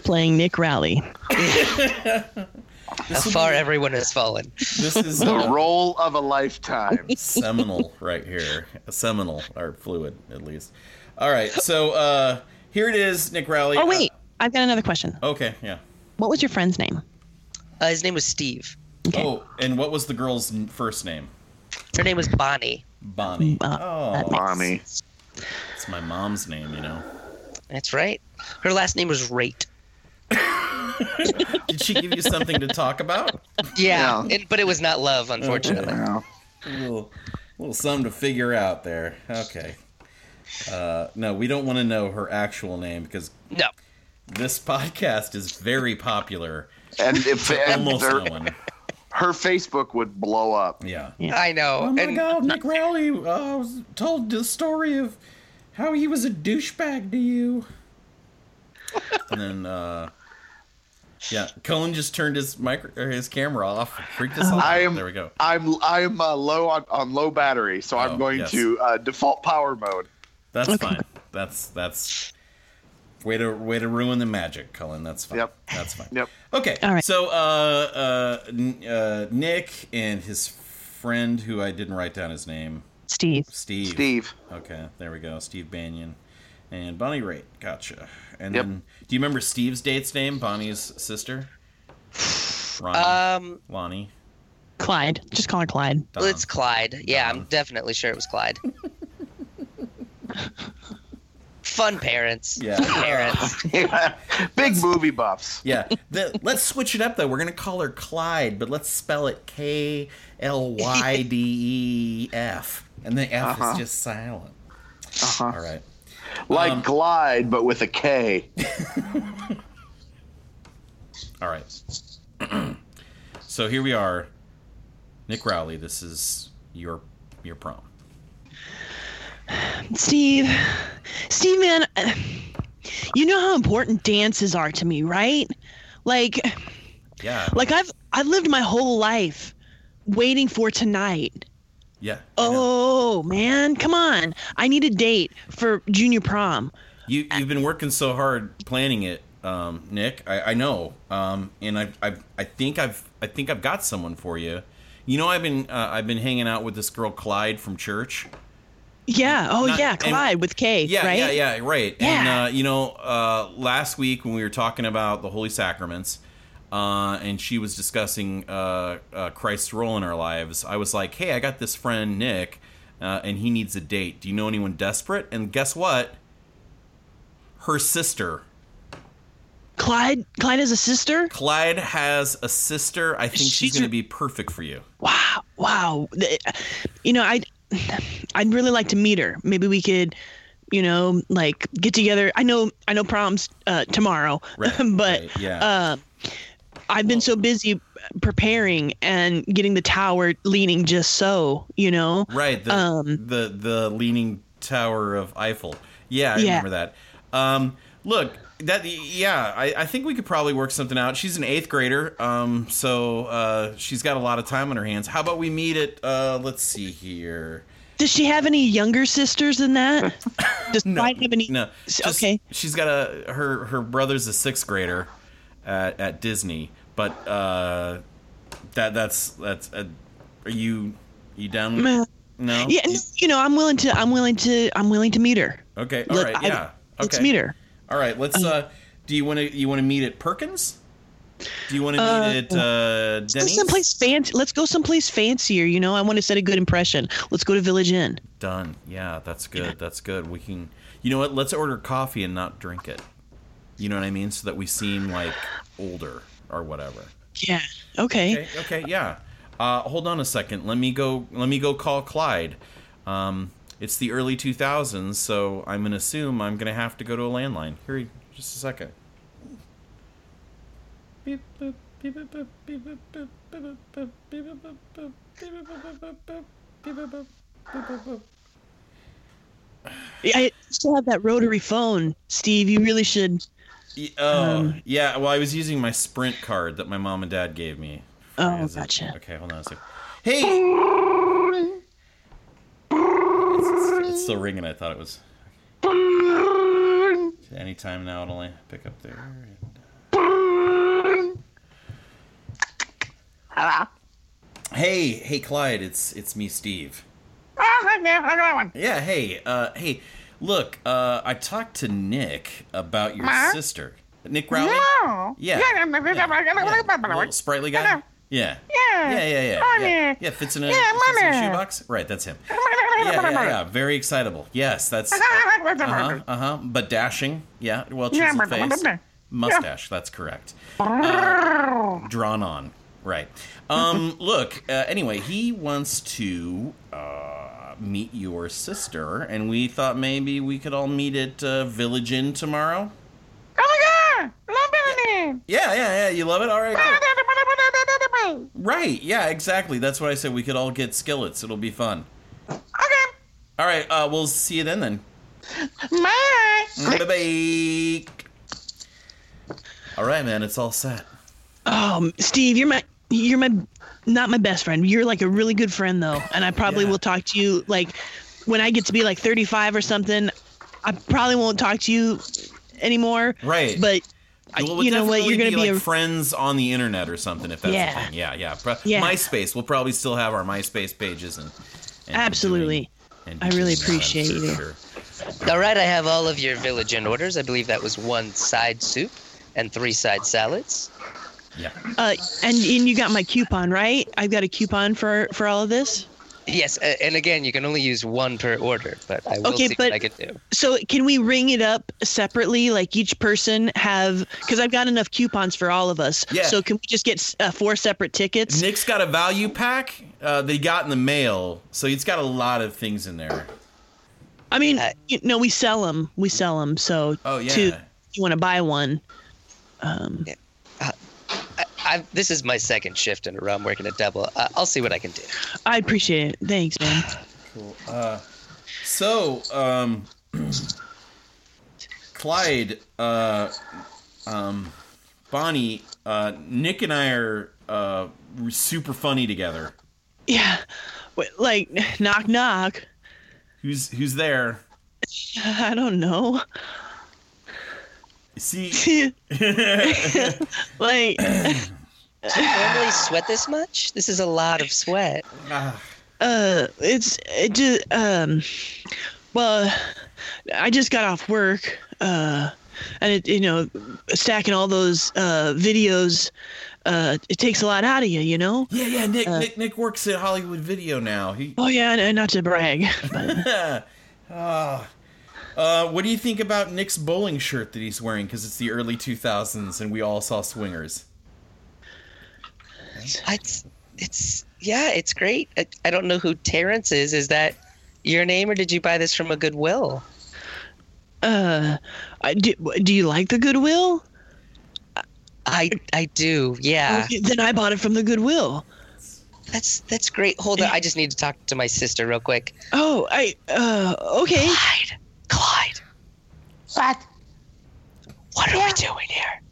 Speaker 1: Playing Nick Rally.
Speaker 5: How far everyone has fallen.
Speaker 3: This is
Speaker 4: The
Speaker 3: a
Speaker 4: role of a lifetime.
Speaker 3: seminal right here. A seminal or fluid at least. All right. So uh here it is, Nick Rowley.
Speaker 1: Oh wait, I've got another question.
Speaker 3: Uh, okay. Yeah.
Speaker 1: What was your friend's name?
Speaker 5: Uh, his name was Steve.
Speaker 1: Okay.
Speaker 3: Oh, and what was the girl's n- first name?
Speaker 5: Her name was Bonnie.
Speaker 3: Bonnie.
Speaker 1: Uh, that
Speaker 3: Oh,
Speaker 1: makes-
Speaker 4: Mommy.
Speaker 3: it's my mom's name. You know.
Speaker 5: That's right. Her last name was Rate.
Speaker 3: Did she give you something to talk about?
Speaker 5: Yeah.
Speaker 4: Yeah.
Speaker 5: And, but it was not love,
Speaker 3: Oh,
Speaker 5: unfortunately.
Speaker 4: Yeah.
Speaker 3: A little, little something to figure out there. Okay. Uh, no, we don't want to know her actual name because
Speaker 5: No.
Speaker 3: this podcast is very popular.
Speaker 4: And if and
Speaker 3: Almost
Speaker 4: her,
Speaker 3: no one.
Speaker 4: her Facebook would blow up.
Speaker 3: Yeah.
Speaker 5: I know.
Speaker 3: Oh my
Speaker 5: and
Speaker 3: God, Nick Rowley uh, was told the story of how he was a douchebag to you. and then, uh, yeah, Cullen just turned his micro or his camera off. Freaked us out.
Speaker 4: I am.
Speaker 3: There we go.
Speaker 4: I'm I'm uh, low on, on low battery, so
Speaker 3: Oh,
Speaker 4: I'm going
Speaker 3: yes.
Speaker 4: to uh, default power mode.
Speaker 3: That's fine. That's that's way to way to ruin the magic, Cullen. That's fine.
Speaker 4: Yep.
Speaker 3: That's fine.
Speaker 4: Yep.
Speaker 3: Okay.
Speaker 1: All right.
Speaker 3: So, uh, uh, N- uh, Nick and his friend, who I didn't write down his name,
Speaker 1: Steve.
Speaker 3: Steve.
Speaker 4: Steve.
Speaker 3: Okay, there we go. Steve Banyan and Bonnie Raitt. Gotcha. And
Speaker 4: Yep.
Speaker 3: then, do you remember Steve's date's name? Bonnie's sister. Ronnie.
Speaker 4: Uh,
Speaker 5: um,
Speaker 3: Lonnie.
Speaker 1: Clyde. Just call her Clyde.
Speaker 3: Don.
Speaker 5: it's Clyde. Yeah, I'm definitely sure it was Clyde. Fun parents.
Speaker 3: Yeah.
Speaker 5: Fun parents.
Speaker 4: Big movie buffs.
Speaker 3: Yeah. The- let's switch it up though. We're gonna call her Clyde, but let's spell it K L Y D E F, and the F is
Speaker 4: Uh-huh.
Speaker 3: just silent.
Speaker 4: Uh-huh.
Speaker 3: All right.
Speaker 4: Like
Speaker 3: Um,
Speaker 4: Glide, but with a K.
Speaker 3: All right. so here we are, Nick Rowley. This is your your prom.
Speaker 1: Steve, Steve, man, you know how important dances are to me, right? Like,
Speaker 3: Yeah.
Speaker 1: like I've I've lived my whole life waiting for tonight.
Speaker 3: yeah. I know.
Speaker 1: Oh man, come on! I need a date for junior prom.
Speaker 3: You you've been working so hard planning it, um, Nick. I, I know, um, and I I I think I've I think I've got someone for you. You know, I've been uh, I've been hanging out with this girl Clyde from church.
Speaker 1: Yeah. Oh
Speaker 3: Not-
Speaker 1: yeah,
Speaker 3: and-
Speaker 1: Clyde with K.
Speaker 3: Yeah,
Speaker 1: right?
Speaker 3: yeah, yeah, right.
Speaker 1: Yeah.
Speaker 3: And uh, you know, uh, last week when we were talking about the holy sacraments, uh, and she was discussing uh, uh, Christ's role in our lives, I was like, "Hey, I got this friend Nick, uh, and he needs a date. Do you know anyone desperate?" And guess what? Her sister,
Speaker 1: Clyde. Clyde has a sister.
Speaker 3: Clyde, has a sister. I think she's
Speaker 1: She's
Speaker 3: going to be
Speaker 1: your-
Speaker 3: perfect for you.
Speaker 1: Wow. Wow. Th- You know, I would I'd really like to meet her. Maybe we could, you know, like get together. I know I know proms uh, tomorrow,
Speaker 3: Right,
Speaker 1: but
Speaker 3: right, yeah.
Speaker 1: uh, I've been so busy preparing and getting the tower leaning just so, you know.
Speaker 3: Right. The,
Speaker 1: Um,
Speaker 3: the the leaning tower of Eiffel. Yeah, I
Speaker 1: Yeah.
Speaker 3: remember that. Um, look, that yeah, I, I think we could probably work something out. She's an eighth grader, um, so uh, she's got a lot of time on her hands. How about we meet at uh, let's see here.
Speaker 1: Does she have any younger sisters than that? Does Clyde have any?
Speaker 3: No, just-
Speaker 1: okay.
Speaker 3: She's got a her her brother's a sixth grader at, at Disney, but uh, that that's that's uh, are you you down? with-
Speaker 1: Meh.
Speaker 3: No.
Speaker 1: Yeah, and, you know, I'm willing to, I'm willing to, I'm willing to meet her.
Speaker 3: Okay. All
Speaker 1: Let-
Speaker 3: right.
Speaker 1: I-
Speaker 3: yeah. Okay.
Speaker 1: Let's meet her. Um,
Speaker 3: All right. Let's. Uh, do you want to? You want to meet at Perkins? Do you want to
Speaker 1: Uh,
Speaker 3: meet at uh,
Speaker 1: Let's
Speaker 3: Denny's?
Speaker 1: go someplace fancy. Let's go someplace fancier. You know, I want to set a good impression. Let's go to Village Inn.
Speaker 3: Done. Yeah, that's good. That's good. We can. You know what? Let's order coffee and not drink it. You know what I mean? So that we seem like older or whatever.
Speaker 1: Yeah. Okay.
Speaker 3: Okay. Okay. Yeah. Uh, hold on a second. Let me go. Let me go call Clyde. Um, it's the early 2000s, so I'm gonna assume I'm gonna have to go to a landline. Here, just a second. Beep, boop, beep, boop, boop, beep, boop, boop, beep, boop, boop, beep, boop, boop, boop, beep, boop, boop, boop, boop, beep, boop, boop, beep, boop, boop.
Speaker 1: Yeah, I still have that rotary phone, Steve. You really should.
Speaker 3: Y- Oh, yeah. Well, I was using my Sprint card that my mom and dad gave me.
Speaker 1: Oh,
Speaker 3: Is it-
Speaker 1: gotcha.
Speaker 3: Okay, hold on a sec. Hey! It's, it's- it's still ringing. I thought it was. Anytime now, it'll only pick up there. Hey, hey, Clyde. It's it's me, Steve. Oh, Yeah, hey, uh, hey, look, uh, I talked to Nick about your sister, Nick Rowley. Yeah, yeah, yeah. Little sprightly
Speaker 1: Uh-huh.
Speaker 3: guy. Yeah. Yeah. Yeah, yeah, yeah. Yeah, yeah fits in a, fits in a shoebox. Right, that's him. Yeah, yeah, yeah, yeah. Very excitable. Yes, that's. Uh huh. Uh huh. But dashing. Yeah. Well, chiseled face. Mustache. That's correct. Uh, drawn on. Right. Um. look. Uh, anyway, he wants to uh, meet your sister, and we thought maybe we could all meet at uh, Village Inn tomorrow. Oh, Yeah, yeah, yeah. You love it? All right. cool. Right. Yeah, exactly. That's what I said. We could all get skillets. It'll be fun. All right. Uh, we'll see you then. Then.
Speaker 1: Mm.
Speaker 3: Bye. All right, man. It's all set.
Speaker 1: Oh, Steve, you're my, you're my, not my best friend. You're like a really good friend though, and I probably
Speaker 3: Yeah.
Speaker 1: will talk to you like when I get to be like 35 or something. I probably won't talk to you anymore.
Speaker 3: Right.
Speaker 1: But I-
Speaker 3: Well, we'll
Speaker 1: you know what? You're
Speaker 3: definitely
Speaker 1: gonna be,
Speaker 3: like
Speaker 1: a,
Speaker 3: friends on the internet or something. If that's the
Speaker 1: Yeah.
Speaker 3: thing. Yeah, yeah. Pro-
Speaker 1: Yeah.
Speaker 3: MySpace. We'll probably still have our MySpace pages and. and
Speaker 1: Absolutely.
Speaker 3: doing- and
Speaker 1: I really
Speaker 3: doing that, I'm
Speaker 1: appreciate
Speaker 3: sure,
Speaker 1: you.
Speaker 3: sure.
Speaker 5: All right, I have all of your village in orders. I believe that was one side soup and three side salads.
Speaker 3: Yeah.
Speaker 1: uh, and and you got my coupon right? I've got a coupon for for all of this.
Speaker 5: Yes, a- and again, you can only use one per order, but I will
Speaker 1: Okay,
Speaker 5: see
Speaker 1: but-
Speaker 5: what I can do.
Speaker 1: So can we ring it up separately? Like each person have because I've got enough coupons for all of us.
Speaker 3: Yeah.
Speaker 1: So can we just get uh, four separate tickets?
Speaker 3: Nick's got a value pack uh, that he got in the mail, so he's got a lot of things in there.
Speaker 1: I mean,
Speaker 5: Uh,
Speaker 1: you know, we sell them. We sell them. So
Speaker 3: Oh, yeah.
Speaker 1: two, you want to buy one? Um,
Speaker 5: I, I, this is my second shift in a row. I'm working a double. Uh, I'll see what I can do.
Speaker 1: I appreciate it. Thanks, man.
Speaker 3: Cool. Uh, so, um, Clyde, uh, um, Bonnie, uh, Nick, and I are uh, super funny together.
Speaker 1: Yeah. Wait, Like knock knock.
Speaker 3: Who's who's there?
Speaker 1: I don't know.
Speaker 3: See,
Speaker 1: like
Speaker 5: Do you normally sweat this much? This is a lot of sweat.
Speaker 3: ah,
Speaker 1: uh, it's it just um, well, I just got off work. Uh, and it, you know, stacking all those uh videos, uh, it takes a lot out of you. You know.
Speaker 3: yeah, yeah. Nick, Nick, Nick works at Hollywood Video now. He,
Speaker 1: Oh yeah, and- and not to brag.
Speaker 3: Ah. uh, what do you think about Nick's bowling shirt that he's wearing? Because it's the early 2000s, and we all saw swingers.
Speaker 5: I, it's, it's yeah, it's great. I, I don't know who Terrence is. Is that your name, or did you buy this from a Goodwill?
Speaker 1: uh, I, do, do you like the Goodwill?
Speaker 5: I I do. Oh, Yeah,
Speaker 1: Okay, then I bought it from the Goodwill.
Speaker 5: that's that's great. Hold on, I just need to talk to my sister real quick.
Speaker 1: Oh, I uh okay.
Speaker 5: Clyde, Clyde,
Speaker 6: But
Speaker 5: what are we doing here?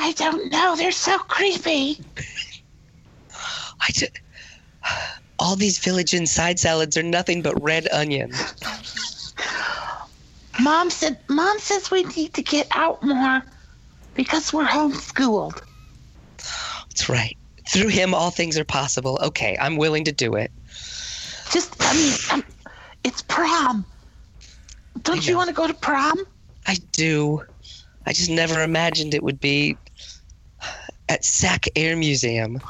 Speaker 6: I don't know. They're so creepy.
Speaker 5: I ju- all these village and side salads are nothing but red onion.
Speaker 6: Mom said. Mom says we need to get out more because we're homeschooled.
Speaker 5: That's right. Through him, all things are possible. Okay, I'm willing to do it.
Speaker 6: Just, I mean, i it's prom. Don't you
Speaker 5: know.
Speaker 6: want to go to prom?
Speaker 5: I do. I just never imagined it would be at Sac Air Museum.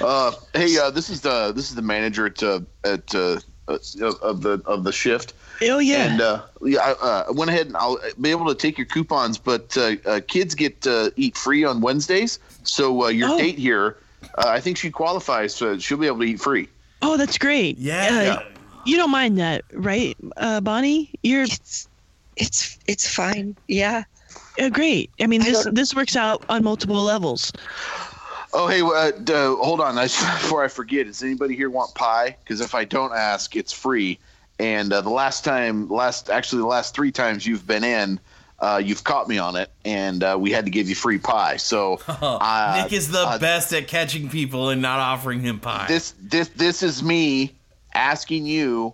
Speaker 4: Uh, hey, uh, this is the this is the manager at uh, at uh, uh, of the of the shift.
Speaker 1: Oh yeah.
Speaker 4: And uh, yeah, I uh, went ahead and I'll be able to take your coupons, but uh, uh, kids get uh, eat free on Wednesdays. So uh, your
Speaker 1: Oh.
Speaker 4: date here, uh, I think she qualifies, so she'll be able to eat free.
Speaker 1: oh, that's great.
Speaker 3: Yeah.
Speaker 1: Uh, You don't mind that, right, uh, Bonnie? You're
Speaker 5: It's it's it's fine. Yeah.
Speaker 1: uh, great. I mean,
Speaker 5: I
Speaker 1: this
Speaker 5: don't-
Speaker 1: this works out on multiple levels.
Speaker 4: Oh, hey, uh, d- uh, hold on. I, before I forget, does anybody here want pie? Because if I don't ask, it's free. And uh, the last time, last actually, the last three times you've been in, uh, you've caught me on it, and uh, we had to give you free pie. So uh,
Speaker 3: Nick is the
Speaker 4: uh,
Speaker 3: best at catching people and not offering him pie.
Speaker 4: this this this is me asking you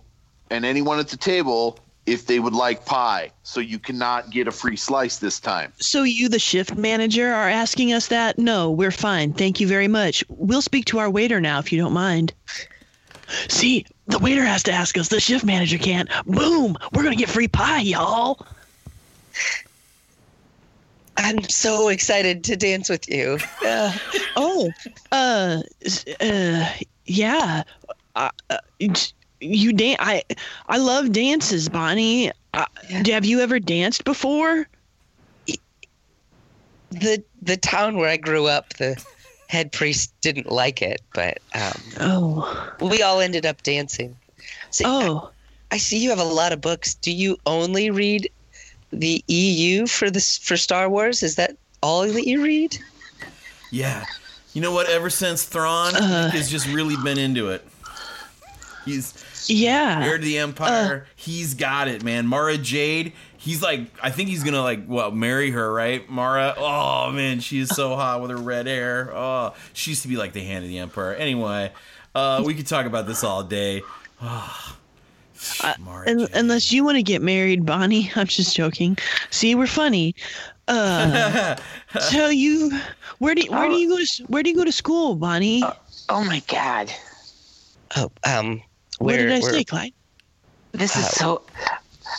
Speaker 4: and anyone at the table if they would like pie. So you cannot get a free slice this time.
Speaker 1: So you, the shift manager, are asking us that? No, we're fine. Thank you very much. We'll speak to our waiter now, if you don't mind. See, the waiter has to ask us. The shift manager can't. Boom! We're gonna get free pie, y'all.
Speaker 5: I'm so excited to dance with you. Uh,
Speaker 1: Oh, uh, s- uh, yeah. Uh, uh, you dan I, I love dances, Bonnie. Uh, Have you ever danced before?
Speaker 5: the the town where I grew up, the head priest didn't like it, but um,
Speaker 1: Oh,
Speaker 5: we all ended up dancing. So,
Speaker 1: oh.
Speaker 5: I see you have a lot of books. Do you only read the EU for this for Star Wars? Is that all that you read?
Speaker 3: yeah. You know what? Ever since Thrawn,
Speaker 1: Uh.
Speaker 3: Nick has just really been into it. He's Heir
Speaker 1: Yeah.
Speaker 3: to the Empire.
Speaker 1: uh.
Speaker 3: he's got it, man. Mara Jade. He's like, I think he's gonna like, what, marry her, right? Mara. Oh man, she is so hot with her red hair. Oh, she used to be like the hand of the Emperor. Anyway, uh, we could talk about this all day. Oh, Mara
Speaker 1: Un-
Speaker 3: Jade.
Speaker 1: unless you want to get married, Bonnie. I'm just joking. See, we're funny. Uh, so you, where do you, where do you go to s- where do you go to school, Bonnie?
Speaker 6: Oh my God.
Speaker 5: Oh, um,
Speaker 1: Where
Speaker 5: we're-
Speaker 1: did I
Speaker 5: we're-
Speaker 1: say, Clyde?
Speaker 6: This is so.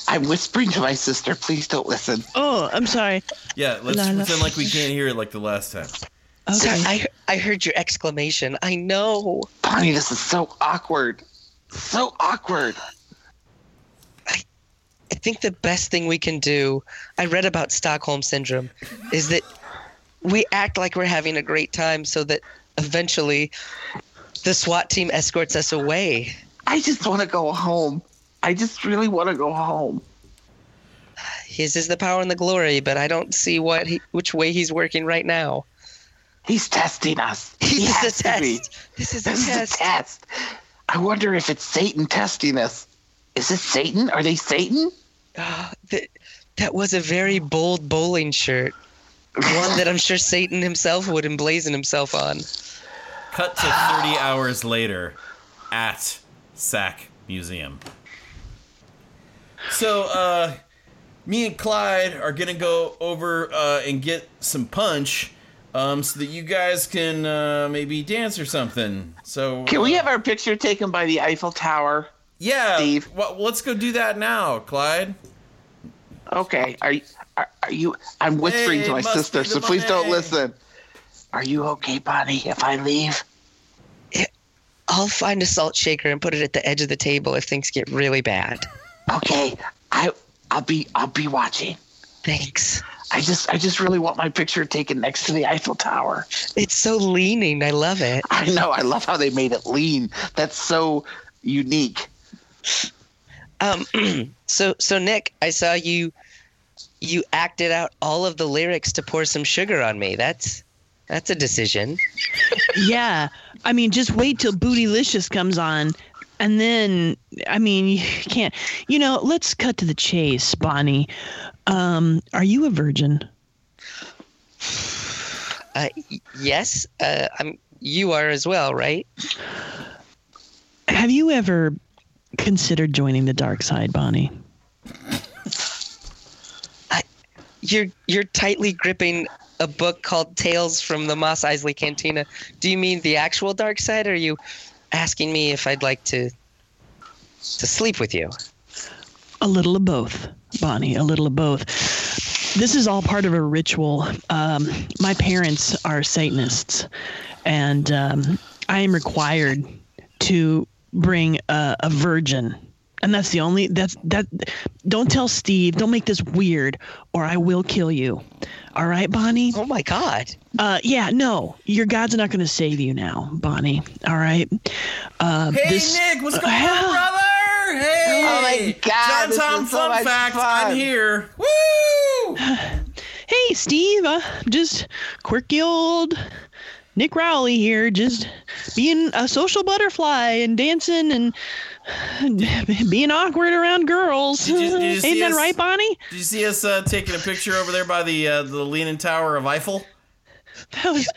Speaker 6: I'm whispering to my sister. Please don't listen.
Speaker 1: Oh, I'm sorry.
Speaker 3: yeah, let's
Speaker 1: La, la.
Speaker 3: pretend like we can't hear it like the last time.
Speaker 1: Okay.
Speaker 5: Sorry, I I heard your exclamation. I know.
Speaker 6: Bonnie, this is so awkward. So awkward.
Speaker 5: I think the best thing we can do. I read about Stockholm syndrome, is that we act like we're having a great time, so that eventually the SWAT team escorts us away.
Speaker 6: I just want to go home. I just really want to go home.
Speaker 5: His is the power and the glory, but I don't see what he, which way he's working right now.
Speaker 6: He's testing us. He
Speaker 5: This
Speaker 6: has
Speaker 5: is a
Speaker 6: to be.
Speaker 5: test. This is a
Speaker 6: This is a
Speaker 5: test.
Speaker 6: test. I wonder if it's Satan testing us. Is it Satan? Are they Satan?
Speaker 5: Ah, that, that was a very bold bowling shirt. One that I'm sure Satan himself would emblazon himself on.
Speaker 3: Cut to 30 hours later at Sack Museum. So, uh, me and Clyde are going to go over uh, and get some punch um, so that you guys can uh, maybe dance or something. So,
Speaker 6: Can we
Speaker 3: uh,
Speaker 6: have our picture taken by the Eiffel Tower?
Speaker 3: Yeah,
Speaker 6: Steve?
Speaker 3: wha- let's go do that now, Clyde.
Speaker 6: Okay. Are you? Are, are you? I'm whispering
Speaker 3: Hey,
Speaker 6: to my
Speaker 3: it must
Speaker 6: sister,
Speaker 3: be the
Speaker 6: so please don't
Speaker 3: money.
Speaker 6: listen. Are you okay, Bonnie? If I leave,
Speaker 5: I'll find a salt shaker and put it at the edge of the table if things get really bad.
Speaker 6: okay. I I'll be I'll be watching.
Speaker 5: Thanks.
Speaker 6: I just I just really want my picture taken next to the Eiffel Tower.
Speaker 5: It's so leaning. I love it.
Speaker 6: I know. I love how they made it lean. That's so unique.
Speaker 5: Um, so so Nick, I saw you you acted out all of the lyrics to pour some sugar on me. That's that's a decision.
Speaker 1: yeah. I mean, just wait till Bootylicious comes on. And then, I mean, you can't, you know, let's cut to the chase, Bonnie. Um, are you a virgin?
Speaker 5: Uh, y- yes, uh, I'm. You are as well, right?
Speaker 1: Have you ever considered joining the dark side, Bonnie?
Speaker 5: you're you're tightly gripping a book called Tales from the Moss Eisley Cantina. Do you mean the actual dark side, or are you asking me if I'd like to to sleep with you?
Speaker 1: A little of both, Bonnie, a little of both. This is all part of a ritual. Um, my parents are Satanists, and um, I am required to bring a, a virgin. And that's the only that's that don't tell Steve, don't make this weird or I will kill you. All right, Bonnie?
Speaker 5: Oh my God!
Speaker 1: Uh yeah, no. Your god's not going to save you now, Bonnie. All right. Uh,
Speaker 3: Hey
Speaker 1: this-
Speaker 3: Nick, what's going on, brother? Hey!
Speaker 6: Oh my God,
Speaker 3: John
Speaker 6: this
Speaker 3: Tom
Speaker 6: is so
Speaker 3: Fun
Speaker 6: much
Speaker 3: Facts,
Speaker 6: fun.
Speaker 3: I'm here. Woo!
Speaker 1: hey steve uh, just quirky old nick rowley here just being a social butterfly and dancing and being awkward around girls
Speaker 3: Did you- did you see
Speaker 1: ain't that
Speaker 3: us?
Speaker 1: right bonnie
Speaker 3: Did you see us uh, taking a picture over there by the uh, the Leaning Tower of Eiffel?
Speaker 1: that was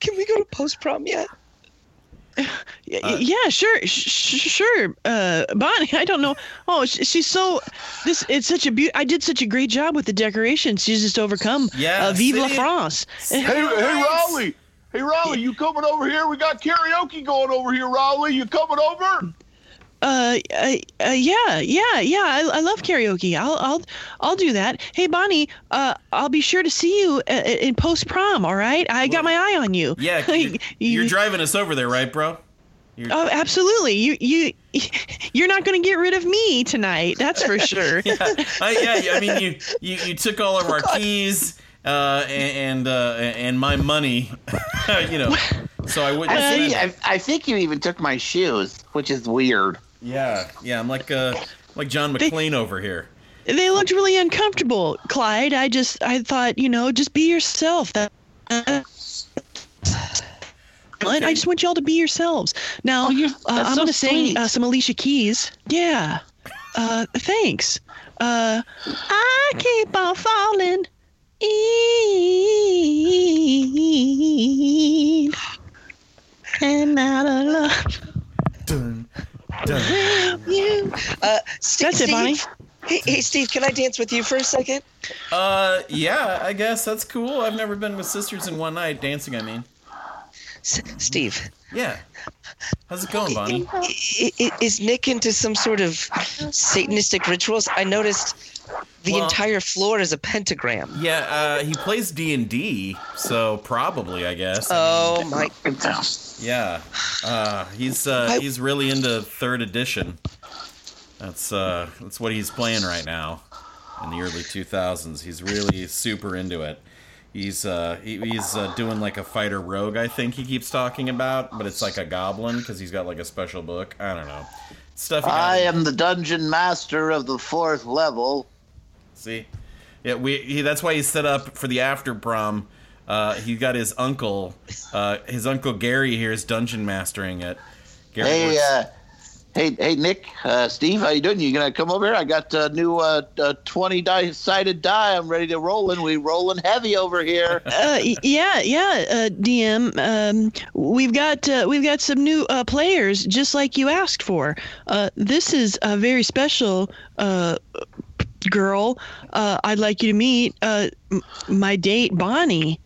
Speaker 5: Can we go to post prom yet?
Speaker 1: y-
Speaker 3: Uh,
Speaker 1: y- yeah sure sh- sh- sure uh bonnie i don't know oh sh- she's so this it's such a beaut. i did such a great job with the decorations she's just overcome
Speaker 3: Yeah,
Speaker 1: uh, vive la
Speaker 3: see?
Speaker 1: france
Speaker 4: Hey, hey, Raleigh. Hey, Raleigh, you coming over here? We got karaoke going over here, Raleigh. You coming over?
Speaker 1: uh, uh, uh, yeah, yeah, yeah. I, I love karaoke. I'll, I'll, I'll do that. Hey, Bonnie, uh, I'll be sure to see you uh, in post prom. All right, I got my eye on you.
Speaker 3: Yeah, you're, you're driving us over there, right, bro?
Speaker 1: Oh, absolutely. You, you, you're not going to get rid of me tonight. That's for sure.
Speaker 3: I, Uh, yeah, I mean, you, you, you took all of our keys uh, and and, uh, and my money, you know. So I wouldn't.
Speaker 6: I
Speaker 3: spend
Speaker 6: think,
Speaker 3: it.
Speaker 6: I, I think you even took my shoes, which is weird.
Speaker 3: Yeah, yeah, I'm like uh, like John McClane over here.
Speaker 1: they looked really uncomfortable, Clyde. I just, I thought, you know, just be yourself. That. I just want y'all to be yourselves. Now,
Speaker 6: Oh, you're-
Speaker 1: uh,
Speaker 6: that's
Speaker 1: I'm
Speaker 6: so
Speaker 1: going to sing
Speaker 6: sweet.
Speaker 1: uh, some Alicia Keys. Yeah. Uh, thanks. Uh, I keep on falling in and out of love.
Speaker 3: Dun, dun.
Speaker 1: You.
Speaker 5: Uh, Steve,
Speaker 1: That's it, Bonnie.
Speaker 5: Hey, hey, Steve, can I dance with you for a second?
Speaker 3: Uh, yeah, I guess that's cool. I've never been with sisters in one night dancing. I mean,
Speaker 5: S- Steve,
Speaker 3: yeah. How's it going, Bonnie?
Speaker 5: i- i- is Nick into some sort of satanistic rituals? I noticed the
Speaker 3: Well-
Speaker 5: entire floor is a pentagram.
Speaker 3: Yeah, uh, he plays D and D, so probably I guess.
Speaker 5: Oh my!
Speaker 3: Yeah, uh, he's uh,
Speaker 5: I-
Speaker 3: he's really into third edition. That's uh, that's what he's playing right now in the early 2000s. He's really super into it. He's uh, he, he's uh, doing like a fighter rogue. I think he keeps talking about, but it's like a goblin because he's got like a special book. I don't know stuff. he got
Speaker 4: I
Speaker 3: in-
Speaker 4: am the dungeon master of the fourth level.
Speaker 3: See, yeah, we. He, that's why he set up for the after prom. Uh, he got his uncle, uh, his uncle Gary here is dungeon mastering it. Gary
Speaker 4: Hey,
Speaker 3: works-
Speaker 4: uh, hey, hey, Nick, uh, Steve, how you doing? You gonna come over here? I got a new uh, uh, twenty die sided die. I'm ready to roll in. We rolling heavy over here.
Speaker 1: uh, y- yeah, yeah, uh, DM. Um, we've got uh, we've got some new uh, players, just like you asked for. Uh, this is a very special uh, girl. Uh, I'd like you to meet uh, m- my date, Bonnie.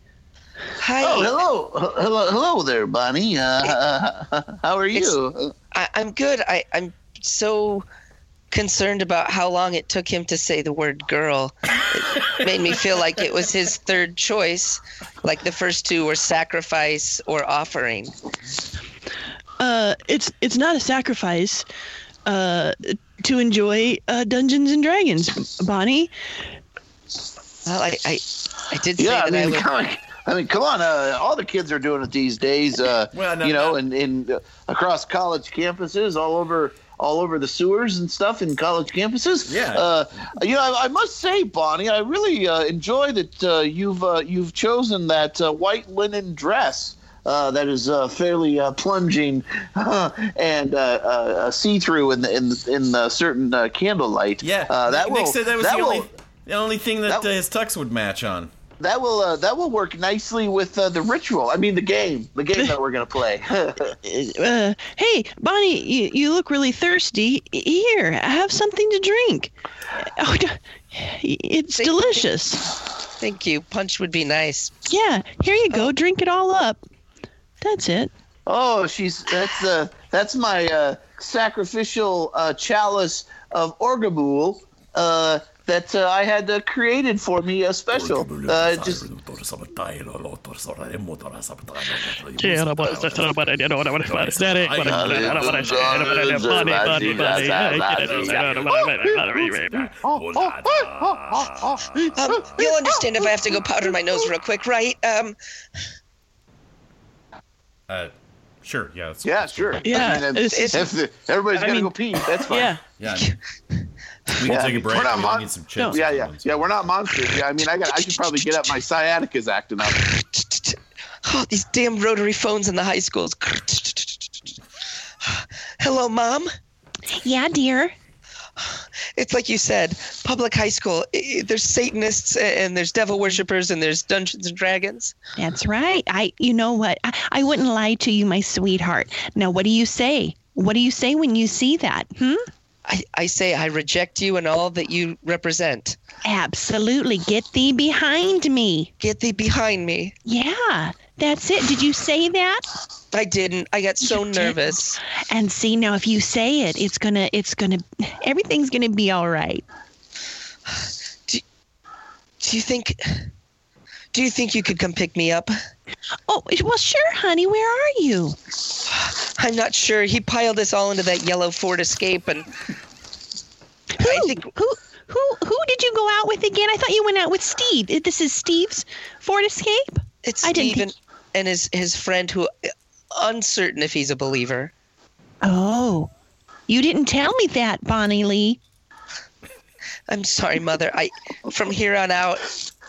Speaker 5: Hi,
Speaker 4: Oh, hello, H- hello, hello there, Bonnie. Uh, how are you?
Speaker 5: I, I'm good. I, I'm so concerned about how long it took him to say the word girl. It made me feel like it was his third choice, like the first two were sacrifice or offering.
Speaker 1: Uh, it's it's not a sacrifice uh, to enjoy uh, Dungeons and Dragons, Bonnie.
Speaker 5: Well, I, I, I did say
Speaker 4: Yeah,
Speaker 5: that I
Speaker 4: I mean,
Speaker 5: would.
Speaker 4: come on. I mean, come on. Uh, all the kids are doing it these days. Uh,
Speaker 3: Well, no,
Speaker 4: you know,
Speaker 3: no.
Speaker 4: and in uh, across college campuses, all over, all over the sewers and stuff in college campuses.
Speaker 3: Yeah.
Speaker 4: Uh, you know, I, I must say, Bonnie, I really uh, enjoy that uh, you've uh, you've chosen that uh, white linen dress. Uh, that is uh, fairly uh, plunging and uh, uh, see through in the, in the, in the certain uh, candlelight.
Speaker 3: Yeah,
Speaker 4: uh, that
Speaker 3: Nick
Speaker 4: will
Speaker 3: said that was the
Speaker 4: will,
Speaker 3: only the only thing that,
Speaker 4: that-
Speaker 3: uh, his tux would match on.
Speaker 4: that will uh, that will work nicely with uh, the ritual. I mean, the game, the game that we're gonna play.
Speaker 1: Uh, hey, Bonnie, E, you, you look really thirsty. Here, have something to drink. Oh, d- It's delicious.
Speaker 5: Thank you. Punch would be nice.
Speaker 1: Yeah, here you go. Drink it all up. That's it.
Speaker 4: Oh, she's that's uh, that's my uh, sacrificial uh, chalice of Orgabool uh, that uh, I had uh, created for me a special. Uh, just
Speaker 5: Um, you'll understand if I have to go powder my nose real quick, right? Um,
Speaker 3: Uh, sure. Yeah. It's,
Speaker 4: yeah, sure.
Speaker 1: Yeah,
Speaker 4: I mean,
Speaker 1: it's-
Speaker 4: if,
Speaker 1: it's-
Speaker 4: if the- everybody's
Speaker 1: I
Speaker 4: gonna
Speaker 1: mean-
Speaker 4: go pee. That's fine.
Speaker 1: Yeah.
Speaker 3: Yeah. I mean, we can
Speaker 4: Yeah.
Speaker 3: take a break.
Speaker 4: We're not
Speaker 3: We
Speaker 4: mon-
Speaker 3: need some chips.
Speaker 4: Yeah, yeah, yeah. We're not monsters. Yeah, I mean, I got. I could probably get up. My sciatica's acting up.
Speaker 5: oh, these damn rotary phones in the high schools. Hello, mom.
Speaker 1: Yeah, dear.
Speaker 5: It's like you said, public high school. I- I- There's Satanists and there's devil worshippers and there's Dungeons and Dragons.
Speaker 1: That's right. I, you know what? I, I wouldn't lie to you, my sweetheart. Now, what do you say? What do you say when you see that? Hmm?
Speaker 5: I, I say I reject you and all that you represent.
Speaker 1: Absolutely. Get thee behind me.
Speaker 5: Get thee behind me.
Speaker 1: Yeah, that's it. Did you say that?
Speaker 5: I didn't. I got so
Speaker 1: You didn't.
Speaker 5: nervous.
Speaker 1: And see now, if you say it, it's gonna, it's gonna, everything's gonna be all right.
Speaker 5: Do you think? Do you think you could come pick me up?
Speaker 1: Oh, well, sure, honey. Where are you?
Speaker 5: I'm not sure. He piled us all into that yellow Ford Escape, and
Speaker 1: Who,
Speaker 5: I think
Speaker 1: who, who, who did you go out with again? I thought you went out with Steve. Eh, This is Steve's Ford Escape.
Speaker 5: it's
Speaker 1: I didn't
Speaker 5: Steven and his his friend who uncertain if he's a believer.
Speaker 1: Oh, you didn't tell me that, Bonnie Lee.
Speaker 5: I'm sorry, mother. I from here on out,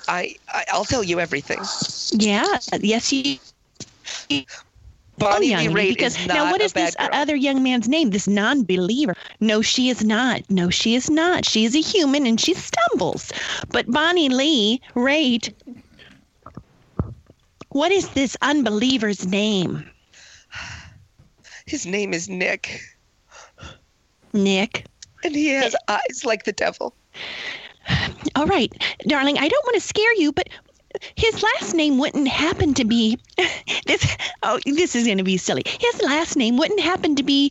Speaker 5: I, I I'll tell you everything.
Speaker 1: Yeah, yes, you.
Speaker 5: Bonnie
Speaker 1: young
Speaker 5: Lee
Speaker 1: lady,
Speaker 5: Raitt
Speaker 1: because
Speaker 5: is not
Speaker 1: now what
Speaker 5: a
Speaker 1: is
Speaker 5: bad
Speaker 1: this uh,
Speaker 5: girl.
Speaker 1: other young man's name? This non-believer? No, she is not. No, she is not. She is a human and she stumbles. But Bonnie Lee Raitt. What is this unbeliever's name? uh,
Speaker 5: His name is Nick,
Speaker 1: Nick.
Speaker 5: and he has eyes like the devil.
Speaker 1: All right, darling. I don't want to scare you, but his last name wouldn't happen to be this. Oh, this is going to be silly. His last name wouldn't happen to be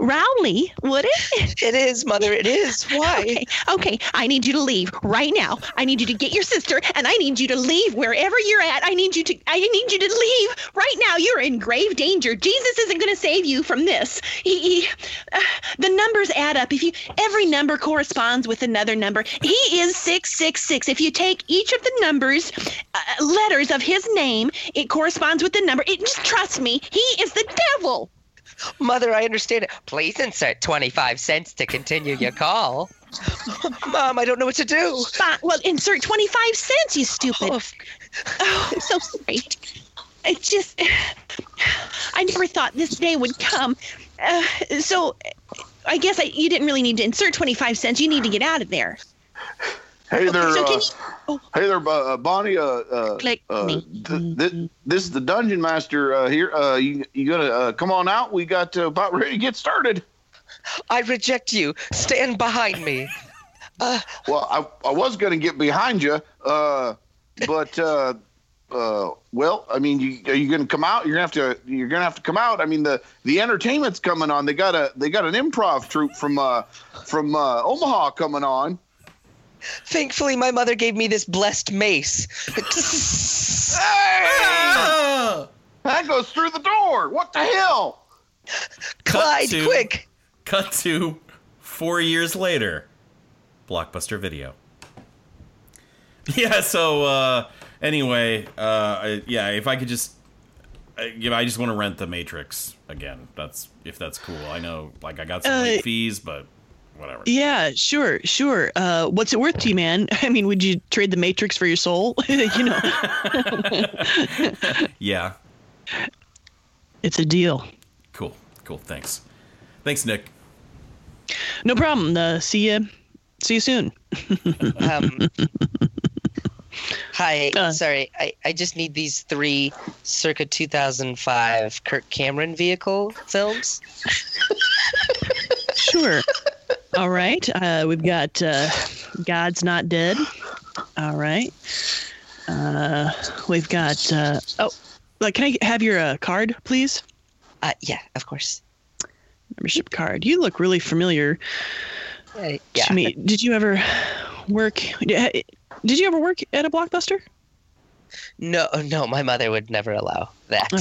Speaker 1: Rowley, would it?
Speaker 5: It is, mother. It is. Why?
Speaker 1: Okay, okay. I need you to leave right now. I need you to get your sister, and I need you to leave wherever you're at. I need you to. I need you to leave right now. You're in grave danger. Jesus isn't going to save you from this. He, he uh, the numbers add up. If you every number corresponds with another number, he is six six six. If you take each of the numbers, uh, letters of his name, it corresponds with the number. It just trust me. He is the devil.
Speaker 5: Mother, I understand it. Please insert 25 cents to continue your call. Mom, I don't know what to do.
Speaker 1: Fine. Well, insert twenty five cents. You stupid.
Speaker 5: Oh, f-
Speaker 1: Oh, I'm so sorry. It just, I never thought this day would come. Uh, so, I guess I, you didn't really need to insert 25 cents. You need to get out of there.
Speaker 4: Hey there,
Speaker 1: so
Speaker 4: uh,
Speaker 1: can
Speaker 4: hey there, Bu- uh, Bonnie. Uh, uh,
Speaker 1: Click
Speaker 4: uh,
Speaker 1: me.
Speaker 4: th- th- this is the dungeon master uh, here. Uh, you you gonna uh, come on out? We got uh, about ready to get started.
Speaker 5: I reject you. Stand behind me.
Speaker 4: Well, I I was gonna get behind you, uh, but uh, uh, well, I mean, you, are you gonna come out? You're gonna have to. You're gonna have to come out. I mean, the the entertainment's coming on. They got a they got an improv troupe from uh, from uh, Omaha coming on.
Speaker 5: Thankfully, my mother gave me this blessed mace.
Speaker 3: Ah!
Speaker 4: That goes through the door. What the hell?
Speaker 5: Clyde,
Speaker 3: to-
Speaker 5: quick.
Speaker 3: Cut to four years later. Blockbuster video. Yeah, so uh anyway, uh I- yeah, if I could just I, you know, I just want to rent The Matrix again. That's if that's cool. I know like I got some
Speaker 1: Uh,
Speaker 3: late fees, but whatever.
Speaker 1: Yeah, sure, sure. Uh, what's it worth to you, man? I mean, would you trade the Matrix for your soul? you know,
Speaker 3: Yeah.
Speaker 1: it's a deal.
Speaker 3: Cool. Cool. Thanks. Thanks, Nick.
Speaker 1: No problem. Uh, see you. See you soon.
Speaker 5: Um, hi,
Speaker 1: Uh.
Speaker 5: sorry. I, I just need these three circa 2005 Kirk Cameron vehicle films.
Speaker 1: Sure. All right. Uh, we've got uh,
Speaker 7: God's Not Dead. All right. Uh, we've got. Uh, oh, like, can I have your uh, card, please?
Speaker 5: Uh, yeah, of course.
Speaker 7: Membership card. You look really familiar
Speaker 5: Uh, yeah.
Speaker 7: to me. Did you ever work? Did you ever work at a blockbuster?
Speaker 5: No, no, my mother would never allow that.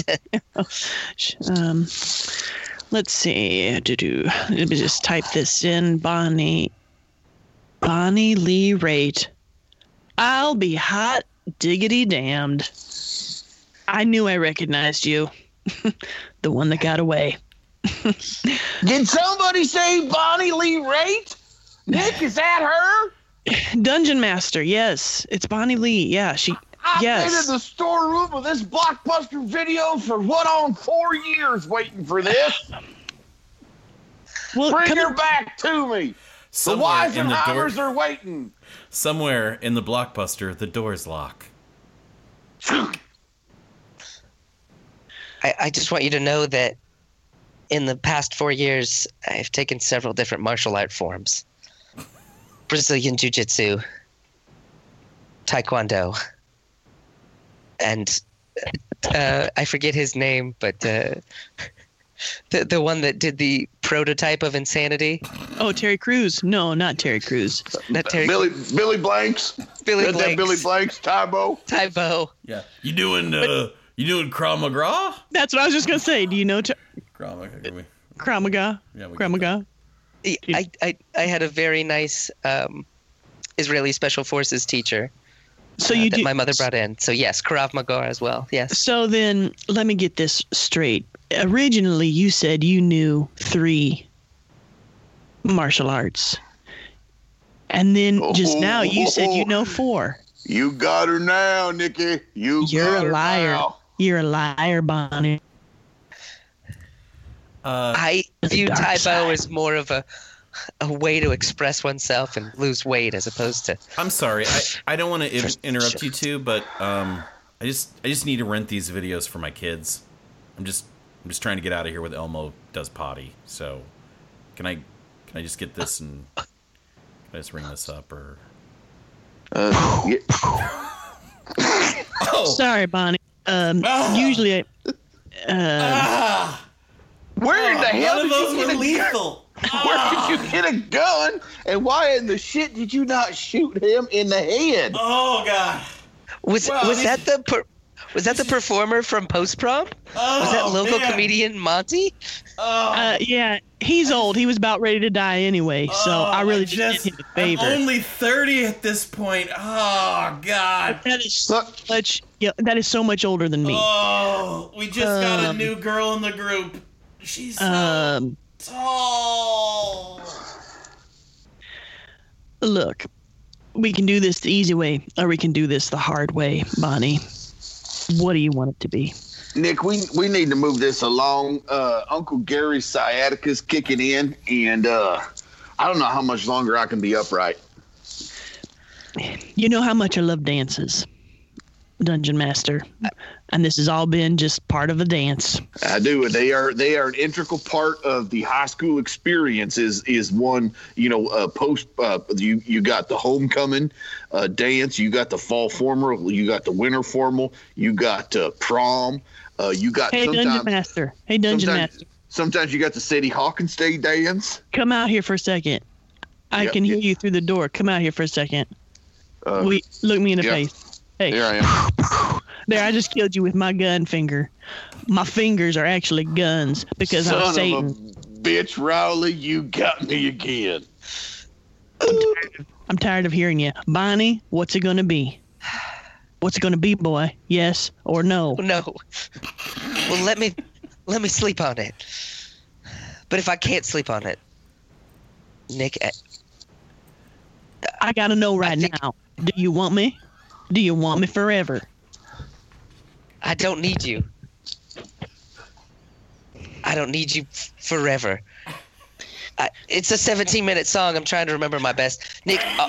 Speaker 7: Um, let's see. Do-do. Let me just type this in. Bonnie. Bonnie Lee rate. I'll be hot diggity damned. I knew I recognized you. the one that got away.
Speaker 8: Did somebody say Bonnie Lee Raitt? Nick, is that her?
Speaker 7: Dungeon Master. Yes. It's Bonnie Lee. Yeah. She.
Speaker 8: I've been
Speaker 7: Yes.
Speaker 8: in the storeroom of this blockbuster video for what on four years waiting for this.
Speaker 7: Well,
Speaker 8: Bring
Speaker 7: come
Speaker 8: her
Speaker 7: in-
Speaker 8: back to me. The
Speaker 3: Somewhere in the door,
Speaker 8: Weisenheimers are waiting.
Speaker 3: somewhere in the blockbuster, the doors lock.
Speaker 5: I, I just want you to know that in the past four years, I've taken several different martial art forms Brazilian Jiu Jitsu, Taekwondo, and uh, I forget his name, but uh, the, the one that did the prototype of insanity.
Speaker 7: Oh, Terry Crews. No, not Terry Crews.
Speaker 5: Not Terry,
Speaker 4: Billy Billy Blanks.
Speaker 5: Billy
Speaker 4: Isn't that
Speaker 5: Blanks.
Speaker 4: Uh, Billy Blanks, Tybo.
Speaker 5: Tybo.
Speaker 3: Yeah. You doing uh you doing Krav McGraw?
Speaker 7: That's what I was just gonna say. Do you know Ter-
Speaker 3: Krav
Speaker 1: Uh,
Speaker 3: McGraw.
Speaker 7: Kramaga?
Speaker 3: Yeah, we-
Speaker 7: Kramaga.
Speaker 5: I, I, I had a very nice um, Israeli Special Forces teacher
Speaker 7: So
Speaker 5: uh,
Speaker 7: you
Speaker 5: that
Speaker 7: do.
Speaker 5: my mother brought in. So yes, Krav Maga as well. Yes.
Speaker 7: So then, let me get this straight. Originally, you said you knew three martial arts, and then just now you said you know four.
Speaker 4: You got her now, Nikki. You
Speaker 7: You're
Speaker 4: got
Speaker 7: a
Speaker 4: her
Speaker 7: liar.
Speaker 4: now.
Speaker 7: You're a liar, Bonnie.
Speaker 3: Uh,
Speaker 5: I view
Speaker 7: dark
Speaker 5: Taibo
Speaker 7: side.
Speaker 5: as more of a a way to express oneself and lose weight as opposed to
Speaker 3: I'm sorry. I, I don't want to
Speaker 5: First-
Speaker 3: interrupt you two, but um I just I just need to rent these videos for my kids. I'm just I'm just trying to get out of here with Elmo does potty. So can I can I just get this and can I just ring this up or
Speaker 4: Uh, yeah.
Speaker 3: Oh.
Speaker 7: Sorry, Bonnie. Um,
Speaker 3: Ah.
Speaker 7: Usually, uh, I,
Speaker 3: Ah, Oh,
Speaker 4: Where in the hell
Speaker 3: none of
Speaker 4: did
Speaker 3: those
Speaker 4: you
Speaker 3: were
Speaker 4: get a
Speaker 3: lethal.
Speaker 4: Where did you get a gun? And why in the shit did you not shoot him in the head?
Speaker 3: Oh god.
Speaker 5: was
Speaker 3: Well,
Speaker 5: was
Speaker 3: this-
Speaker 5: that the per, was that the performer from Post Prom?
Speaker 3: Oh,
Speaker 5: Was that local
Speaker 3: man.
Speaker 5: comedian Monty?
Speaker 3: Oh.
Speaker 7: uh, yeah, he's old. He was about ready to die anyway, so
Speaker 3: Oh,
Speaker 7: I really
Speaker 3: just
Speaker 7: just did him a favor.
Speaker 3: I'm only 30 at this point. Oh god.
Speaker 7: that is so
Speaker 4: Look,
Speaker 7: much. Yeah, that is so much older than me.
Speaker 3: Oh, we just got a
Speaker 7: Um,
Speaker 3: new girl in the group. She's so
Speaker 7: um,
Speaker 3: tall.
Speaker 7: Look, we can do this the easy way, or we can do this the hard way, Bonnie. What do you want it to be?
Speaker 4: Nick, we we need to move this along. Uh, Uncle Gary's sciatica's kicking in, and uh, I don't know how much longer I can be upright.
Speaker 7: You know how much I love dances, Dungeon Master, and this has all been just part of a dance.
Speaker 4: I do. They are they are an integral part of the high school experience. Is is one you know uh, post uh, you you got the homecoming uh, dance, you got the fall formal, you got the winter formal, you got uh, prom, uh, you got
Speaker 7: Hey, Dungeon
Speaker 4: sometimes
Speaker 7: Master. Hey, Dungeon
Speaker 4: sometimes-
Speaker 7: Master.
Speaker 4: sometimes you got the city Hawkins Day dance.
Speaker 7: Come out here for a second. I
Speaker 4: Yeah,
Speaker 7: can hear
Speaker 4: yeah.
Speaker 7: you through the door. Come out here for a second.
Speaker 4: Uh,
Speaker 7: we look me in the
Speaker 4: yeah.
Speaker 7: face. Hey,
Speaker 4: Here I am.
Speaker 7: there! I just killed you with my gun finger. My fingers are actually guns because
Speaker 4: Son
Speaker 7: I'm Satan.
Speaker 4: of a bitch, Rowley, you got me again.
Speaker 7: I'm tired of hearing you. Bonnie, what's it going to be? What's it going to be, boy? Yes or no?
Speaker 5: No. Well, let me let me sleep on it. But if I can't sleep on it, Nick, I-
Speaker 7: I got to know right
Speaker 5: think-
Speaker 7: now. Do you want me? Do you want me forever?
Speaker 5: I don't need you. I don't need you f- forever. I, it's a 17 minute song. I'm trying to remember my best. Nick, uh,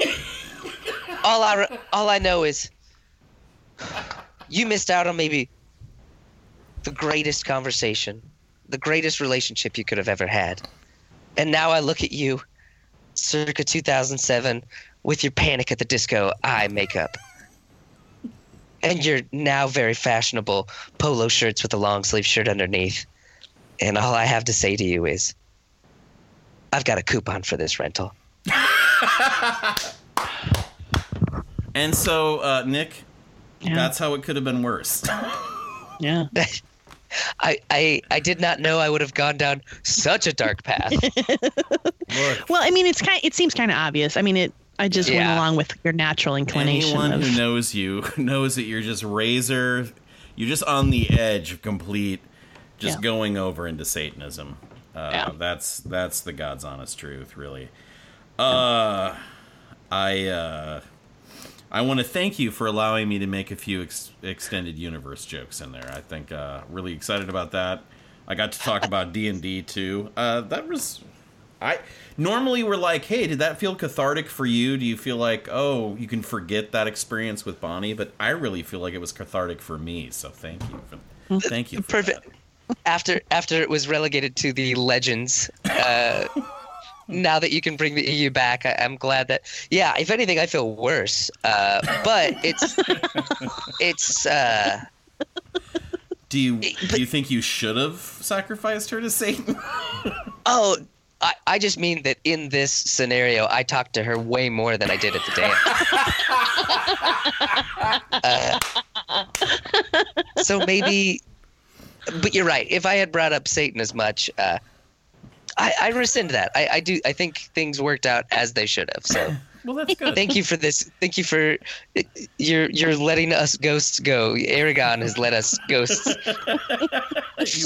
Speaker 5: all I re- all I know is you missed out on maybe the greatest conversation, the greatest relationship you could have ever had. And now I look at you circa 2007 with your Panic at the Disco eye makeup. And your now very fashionable polo shirts with a long sleeve shirt underneath. And all I have to say to you is, I've got a coupon for this rental.
Speaker 3: And so, uh, Nick,
Speaker 1: Yeah.
Speaker 3: that's how it could have been worse.
Speaker 1: yeah.
Speaker 5: I, I I did not know I would have gone down such a dark path.
Speaker 3: Look,
Speaker 1: Well, I mean, it's kind. It seems kind of obvious. I mean, it. I just
Speaker 5: Yeah.
Speaker 1: went along with your natural inclination
Speaker 3: anyone
Speaker 1: of.
Speaker 3: who knows you knows that you're just razor, you're just on the edge of complete, just
Speaker 1: Yeah.
Speaker 3: going over into Satanism. Uh,
Speaker 1: Yeah.
Speaker 3: That's that's the God's honest truth, really. Uh, I uh, I want to thank you for allowing me to make a few ex- extended universe jokes in there. I think uh, really excited about that. I got to talk about D and D too. Uh, that was I normally we're like, hey, did that feel cathartic for you? Do you feel like oh, you can forget that experience with Bonnie? But I really feel like it was cathartic for me. So thank you. For, thank you. For
Speaker 5: Perfect.
Speaker 3: that.
Speaker 5: After after it was relegated to the legends, uh, now that you can bring the EU back, I, I'm glad that. Yeah, if anything, I feel worse. Uh, but it's it's. Uh,
Speaker 3: Do you do you think you should have sacrificed her to Satan?
Speaker 5: Oh, I, I just mean that in this scenario, I talked to her way more than I did at the dance. Uh, so maybe, but you're right. If I had brought up Satan as much, uh, I, I rescind that. I, I do. I think things worked out as they should have. So
Speaker 3: well, that's good.
Speaker 5: thank you for this. Thank you for you're you're letting us ghosts go. Aragon has let us ghosts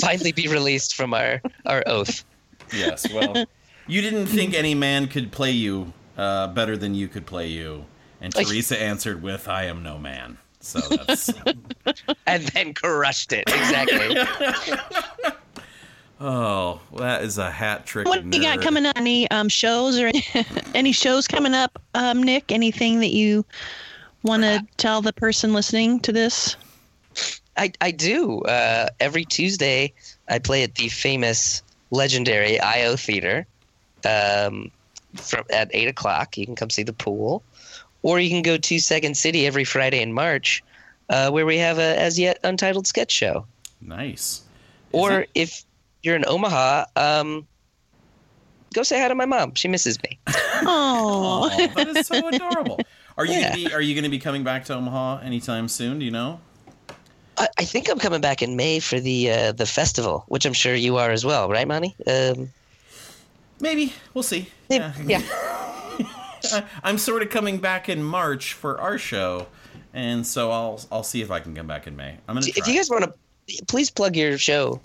Speaker 5: finally be released from our our oath.
Speaker 3: Yes. Well, you didn't think any man could play you uh, better than you could play you, and
Speaker 5: Like-
Speaker 3: Teresa answered with, "I am no man." So that's
Speaker 5: and then crushed it. Exactly.
Speaker 3: oh, that is a hat trick.
Speaker 1: What do you got coming up? Any um, shows or any shows coming up, um, Nick? Anything that you want to tell the person listening to this?
Speaker 5: I, I do. Uh, every Tuesday, I play at the famous, legendary IO Theater um, from, at 8 o'clock. You can come see the pool. Or you can go to Second City every Friday in March, uh, where we have a as yet untitled sketch show.
Speaker 3: Nice. Is
Speaker 5: Or
Speaker 3: it-
Speaker 5: if you're in Omaha, um, go say hi to my mom. She misses me.
Speaker 1: Oh,
Speaker 3: Aw, that is so adorable. Are you
Speaker 5: Yeah.
Speaker 3: gonna be, are you going to be coming back to Omaha anytime soon? Do you know?
Speaker 5: I, I think I'm coming back in May for the uh, the festival, which I'm sure you are as well, right, Monty? Um,
Speaker 3: Maybe we'll see.
Speaker 5: Yeah.
Speaker 3: I- I'm sort of coming back in March for our show, and so I'll I'll see if I can come back in May. I'm gonna
Speaker 5: If
Speaker 3: try.
Speaker 5: you guys want to, please plug your show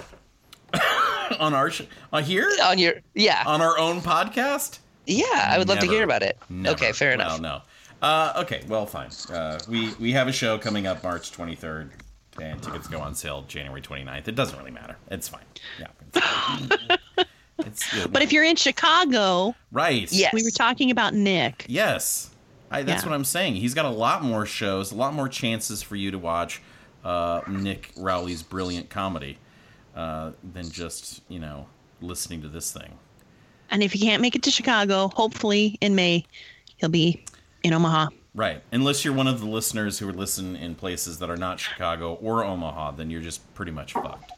Speaker 3: on our sh- uh, here
Speaker 5: on your yeah
Speaker 3: on our own podcast.
Speaker 5: yeah. I would love to
Speaker 3: Never.
Speaker 5: hear about it.
Speaker 3: Never.
Speaker 5: Okay, fair enough.
Speaker 3: Well, no. Uh, okay, well, fine. Uh, we we have a show coming up March 23rd, and tickets go on sale January 29th. It doesn't really matter. It's fine. Yeah. It's, it's,
Speaker 1: but if you're in Chicago,
Speaker 3: right,
Speaker 5: Yes.
Speaker 1: we were talking about Nick.
Speaker 3: Yes. I, that's
Speaker 1: Yeah.
Speaker 3: what I'm saying. He's got a lot more shows, a lot more chances for you to watch uh, Nick Rowley's brilliant comedy uh, than just, you know, listening to this thing.
Speaker 1: And if you can't make it to Chicago, hopefully in May, he'll be in Omaha.
Speaker 3: Right. Unless you're one of the listeners who listen in places that are not Chicago or Omaha, then you're just pretty much fucked.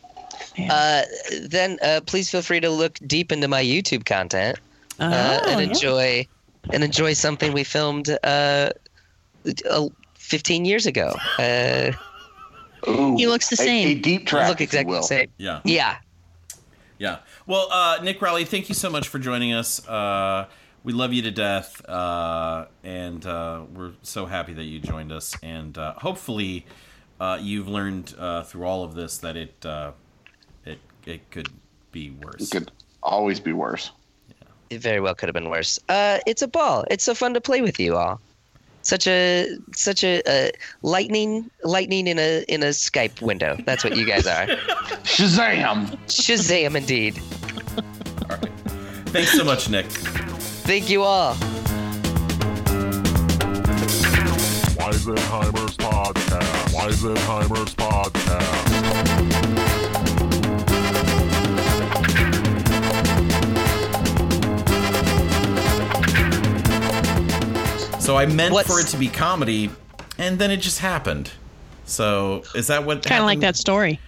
Speaker 5: Uh, then uh, please feel free to look deep into my YouTube content uh,
Speaker 1: Oh,
Speaker 5: and
Speaker 1: yeah.
Speaker 5: enjoy and enjoy something we filmed uh, uh, 15 years ago. Uh,
Speaker 4: Ooh,
Speaker 1: He looks the
Speaker 4: a-
Speaker 1: same.
Speaker 4: A, deep track.
Speaker 5: look exactly the same.
Speaker 3: Yeah.
Speaker 5: Yeah.
Speaker 3: Yeah. Well, uh, Nick Rowley, thank you so much for joining us. Uh, we love you to death, uh, and uh, we're so happy that you joined us. And uh, hopefully, uh, you've learned uh, through all of this that it uh, it it could be worse.
Speaker 4: It could always be worse.
Speaker 5: It very well could have been worse. Uh, it's a ball. It's so fun to play with you all. Such a such a, a lightning lightning in a in a Skype window. That's what you guys are.
Speaker 4: Shazam!
Speaker 5: Shazam indeed.
Speaker 3: Thanks so much, Nick.
Speaker 5: Thank you all.
Speaker 2: Weisenheimer's Podcast. Weisenheimer's Podcast.
Speaker 3: So So I meant
Speaker 5: What's-
Speaker 3: for it to be comedy, and then it just happened. So is that what
Speaker 1: Kind of like
Speaker 3: happened?
Speaker 1: that story.